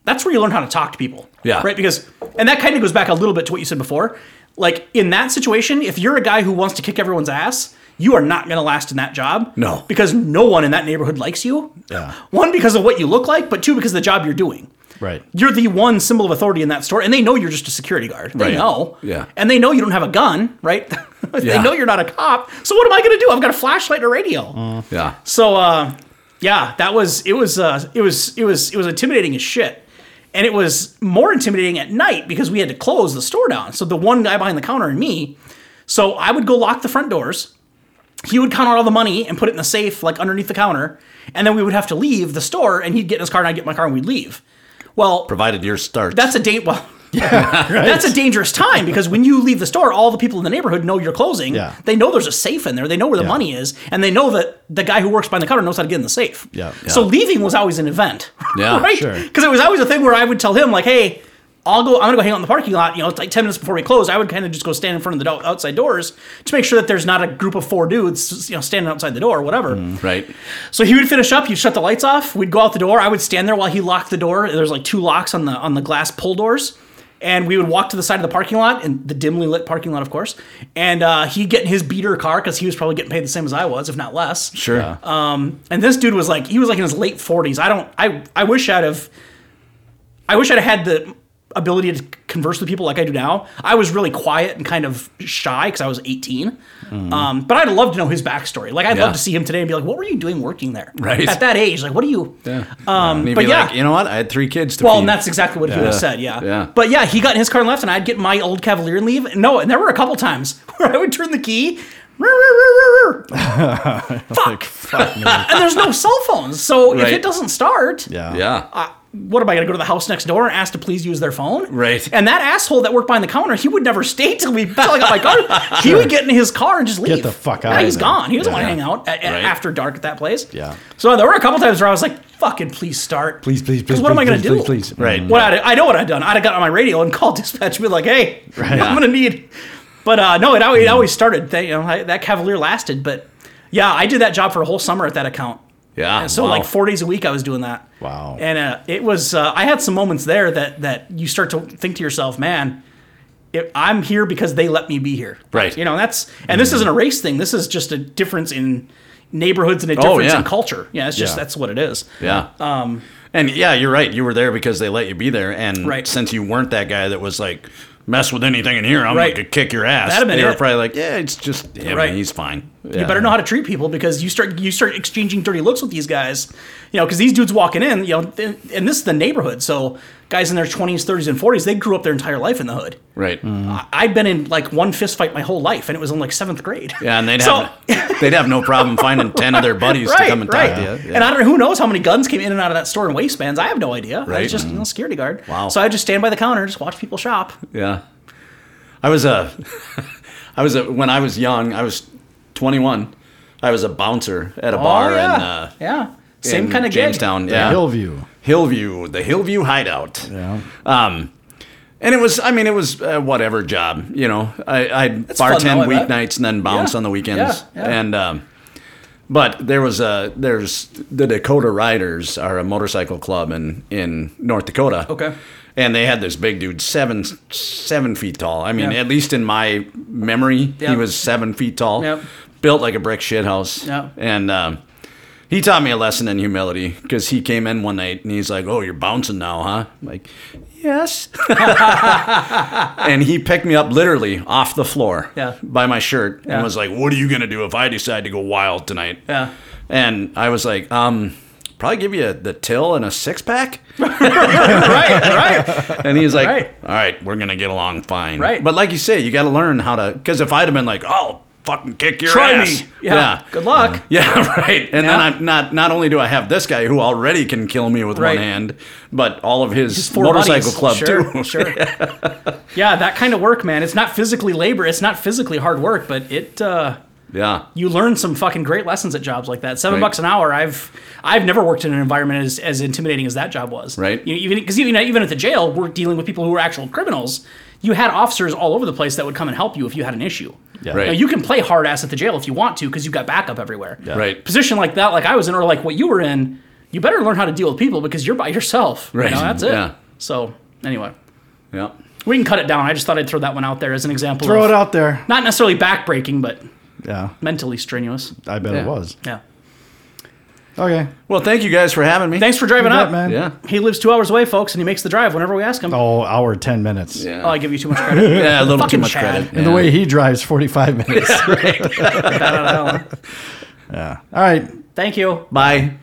Speaker 3: That's where you learn how to talk to people.
Speaker 2: Yeah.
Speaker 3: Right. Because and that kind of goes back a little bit to what you said before. Like in that situation, if you're a guy who wants to kick everyone's ass, you are not going to last in that job.
Speaker 2: No.
Speaker 3: Because no one in that neighborhood likes you.
Speaker 1: Yeah.
Speaker 3: One because of what you look like, but two because of the job you're doing
Speaker 1: Right.
Speaker 3: you're the one symbol of authority in that store, and they know you're just a security guard. They
Speaker 2: Right.
Speaker 3: know.
Speaker 2: Yeah.
Speaker 3: And they know you don't have a gun, right? they
Speaker 2: Yeah.
Speaker 3: know you're not a cop. So what am I going to do? I've got a flashlight and a radio.
Speaker 2: Yeah.
Speaker 3: So, uh, yeah, that was it was uh, it was it was it was intimidating as shit, and it was more intimidating at night because we had to close the store down. So the one guy behind the counter and me, so I would go lock the front doors. He would count out all the money and put it in the safe, like underneath the counter, and then we would have to leave the store, and he'd get in his car and I'd get in my car and we'd leave. Well,
Speaker 2: Provided your start.
Speaker 3: that's a date. Well, that's a dangerous time because when you leave the store, all the people in the neighborhood know you're closing.
Speaker 1: Yeah.
Speaker 3: They know there's a safe in there. They know where the
Speaker 1: Yeah.
Speaker 3: money is, and they know that the guy who works behind the counter knows how to get in the safe.
Speaker 1: Yeah.
Speaker 3: So
Speaker 2: Yeah.
Speaker 3: leaving was always an event.
Speaker 2: Yeah,
Speaker 3: right.
Speaker 1: sure.
Speaker 3: Because it was always a thing where I would tell him like, "Hey, I'll go. I'm gonna go hang out in the parking lot. You know, it's like ten minutes before we close. I would kind of just go stand in front of the do- outside doors to make sure that there's not a group of four dudes, you know, standing outside the door or whatever."
Speaker 1: Mm-hmm.
Speaker 2: right.
Speaker 3: So he would finish up. You'd shut the lights off. We'd go out the door. I would stand there while he locked the door. There's like two locks on the on the glass pull doors, and we would walk to the side of the parking lot and the dimly lit parking lot, of course. And uh, he'd get in his beater car because he was probably getting paid the same as I was, if not less.
Speaker 2: Sure.
Speaker 3: And this dude was like, he was like in his late 40s. I don't. I I wish I'd have. I wish I'd had the ability to converse with people like I do now. I was really quiet and kind of shy because I was 18. Um, but I'd love to know his backstory. Like I'd
Speaker 2: Mm-hmm. Yeah.
Speaker 3: love to see him today and be like, what were you doing working there?
Speaker 2: Right.
Speaker 3: At that age, like what do you?
Speaker 2: yeah.
Speaker 3: Um,
Speaker 2: And he'd
Speaker 3: but
Speaker 2: be
Speaker 3: yeah.
Speaker 2: like, you know what? I had three kids to
Speaker 3: well,
Speaker 2: feed.
Speaker 3: and that's exactly what he would have said, yeah.
Speaker 2: Yeah.
Speaker 3: But yeah, he got in his car and left, and I'd get my old Cavalier and leave. No, and there were a couple times where I would turn the key. "Rrr, rrr, rrr, rrr." Fuck. and there's no cell phones, so if
Speaker 2: Right.
Speaker 3: it doesn't start,
Speaker 1: Yeah.
Speaker 2: yeah.
Speaker 3: uh, what am I going to go to the house next door and ask to please use their phone?
Speaker 2: Right.
Speaker 3: And that asshole that worked behind the counter, he would never stay till we till I got my car. He would get in his car and just leave.
Speaker 1: the fuck
Speaker 3: Yeah,
Speaker 1: outta
Speaker 3: He's
Speaker 1: there.
Speaker 3: gone. He doesn't want to
Speaker 1: Yeah.
Speaker 3: hang out at, at-
Speaker 2: Right.
Speaker 3: after dark at that place.
Speaker 1: Yeah.
Speaker 3: So there were a couple times where I was like, "Fucking please start,
Speaker 4: Please, please, please.
Speaker 3: 'Cause what am I
Speaker 4: please,
Speaker 3: going to do?
Speaker 4: Please, please.
Speaker 2: right.
Speaker 1: Mm.
Speaker 3: What I'd, I know what I'd done. I'd have got on my radio and called dispatch and be like, "Hey, I'm going to need." But uh, no, it always, it always started. That, you know, I- that Cavalier lasted, but yeah, I did that job for a whole summer at that account.
Speaker 2: Yeah.
Speaker 3: So
Speaker 2: Ah, wow.
Speaker 3: like four days a week, I was doing that.
Speaker 1: Wow.
Speaker 3: And uh, it was uh, I had some moments there that that you start to think to yourself, man, if I'm here because they let me be here.
Speaker 2: Right.
Speaker 3: You know that's and this isn't a race thing. This is just a difference in neighborhoods and a
Speaker 2: Oh,
Speaker 3: difference
Speaker 2: yeah.
Speaker 3: in culture. Yeah, it's just
Speaker 1: Yeah.
Speaker 3: that's what it is.
Speaker 2: Yeah. Um, and yeah, you're right. You were there because they let you be there, and
Speaker 3: Right.
Speaker 2: since you weren't that guy that was like, mess with anything in here, I'm
Speaker 3: Right.
Speaker 2: gonna kick your ass.
Speaker 3: That'd have been
Speaker 2: they were
Speaker 3: it.
Speaker 2: probably like, yeah, it's just him.
Speaker 3: Right.
Speaker 2: He's fine.
Speaker 3: You better know how to treat people because you start you start exchanging dirty looks with these guys, you know, because these dudes walking in, you know, th- and this is the neighborhood. So guys in their twenties, thirties, and forties, they grew up their entire life in the hood.
Speaker 2: Right.
Speaker 3: I- I'd been in like one fist fight my whole life, and it was in like seventh grade.
Speaker 2: Yeah, and they'd
Speaker 3: So-
Speaker 2: have they'd have no problem finding ten of their buddies to come and talk to you. Yeah.
Speaker 3: And I don't know who knows how many guns came in and out of that store and waistbands. I have no idea. I
Speaker 2: Right. Mm-hmm.
Speaker 3: was just you know, security guard.
Speaker 2: Wow.
Speaker 3: So I just stand by the counter, just watch people shop.
Speaker 2: Yeah. I was a, I was a, when I was young, I was 21. I was a bouncer at a bar
Speaker 3: oh, yeah.
Speaker 2: in uh,
Speaker 3: yeah. Same
Speaker 2: in
Speaker 3: kind of
Speaker 2: Jamestown. Yeah.
Speaker 1: Hillview.
Speaker 2: Hillview, the Hillview hideout.
Speaker 1: Yeah.
Speaker 2: Um, and it was, I mean, it was uh, whatever job, you know. I, I'd
Speaker 3: fun, though,
Speaker 2: bartend
Speaker 3: I bet.
Speaker 2: weeknights and then bounce
Speaker 3: Yeah,
Speaker 2: on the weekends.
Speaker 3: yeah, yeah.
Speaker 2: And, um, but there was a, there's the Dakota Riders are a motorcycle club in, in North Dakota.
Speaker 3: Okay.
Speaker 2: And they had this big dude, seven, seven feet tall. I mean,
Speaker 3: Yeah.
Speaker 2: at least in my memory,
Speaker 3: Yeah.
Speaker 2: he was seven feet tall,
Speaker 3: Yep.
Speaker 2: built like a brick shithouse.
Speaker 3: Yeah.
Speaker 2: And, um, he taught me a lesson in humility because he came in one night and he's like, "Oh, you're bouncing now, huh?" I'm like, yes. and he picked me up literally off the floor
Speaker 3: Yeah.
Speaker 2: by my shirt
Speaker 3: Yeah.
Speaker 2: and was like, "What are you gonna do if I decide to go wild tonight?"
Speaker 3: Yeah.
Speaker 2: And I was like, um, probably give you the till and a six pack.
Speaker 3: right, right.
Speaker 2: And he's like,
Speaker 3: Right.
Speaker 2: all right, we're going to get along fine.
Speaker 3: Right.
Speaker 2: But like you say, you got to learn how to, because if I'd have been like, oh, fucking kick your
Speaker 3: Try
Speaker 2: ass.
Speaker 3: me. Yeah. Good luck.
Speaker 2: Yeah, right. And then
Speaker 3: Yeah.
Speaker 2: I'm not, not only do I have this guy who already can kill me with
Speaker 3: Right.
Speaker 2: one hand, but all of his,
Speaker 3: Just four
Speaker 2: motorcycle
Speaker 3: buddies.
Speaker 2: club
Speaker 3: Sure,
Speaker 2: too.
Speaker 3: sure. yeah, that kind of work, man. It's not physically labor. It's not physically hard work, but it. Uh,
Speaker 2: yeah.
Speaker 3: you learn some fucking great lessons at jobs like that. Seven
Speaker 2: Right.
Speaker 3: bucks an hour. I've I've never worked in an environment as, as intimidating as that job was.
Speaker 2: Right.
Speaker 3: You, even because even even at the jail, we're dealing with people who were actual criminals. You had officers all over the place that would come and help you if you had an issue.
Speaker 1: Yeah.
Speaker 2: Right.
Speaker 3: Now, you can play hard ass at the jail if you want to because you've got backup everywhere.
Speaker 2: Right.
Speaker 3: Position like that, like I was in, or like what you were in, you better learn how to deal with people because you're by yourself. You
Speaker 2: Right.
Speaker 3: know, that's it.
Speaker 2: Yeah.
Speaker 3: So anyway,
Speaker 2: Yeah.
Speaker 3: we can cut it down. I just thought I'd throw that one out there as an example.
Speaker 1: Throw
Speaker 3: of
Speaker 1: it out there.
Speaker 3: Not necessarily backbreaking, but
Speaker 1: Yeah,
Speaker 3: mentally strenuous.
Speaker 1: I bet
Speaker 2: Yeah.
Speaker 1: it was.
Speaker 3: Yeah.
Speaker 1: Okay.
Speaker 2: Well, thank you guys for having me.
Speaker 3: Thanks for driving
Speaker 1: You bet,
Speaker 3: up.
Speaker 1: man.
Speaker 2: Yeah.
Speaker 3: He lives two hours away, folks, and he makes the drive whenever we ask him. Oh,
Speaker 1: Oh, hour ten minutes.
Speaker 2: Yeah.
Speaker 3: I give you too much credit.
Speaker 2: yeah, a little too
Speaker 3: Fucking
Speaker 2: much
Speaker 3: Chad.
Speaker 2: credit.
Speaker 1: And the
Speaker 2: Yeah.
Speaker 1: way he drives, forty-five minutes.
Speaker 3: Bad out of hell.
Speaker 1: All right.
Speaker 3: Thank you.
Speaker 2: Bye.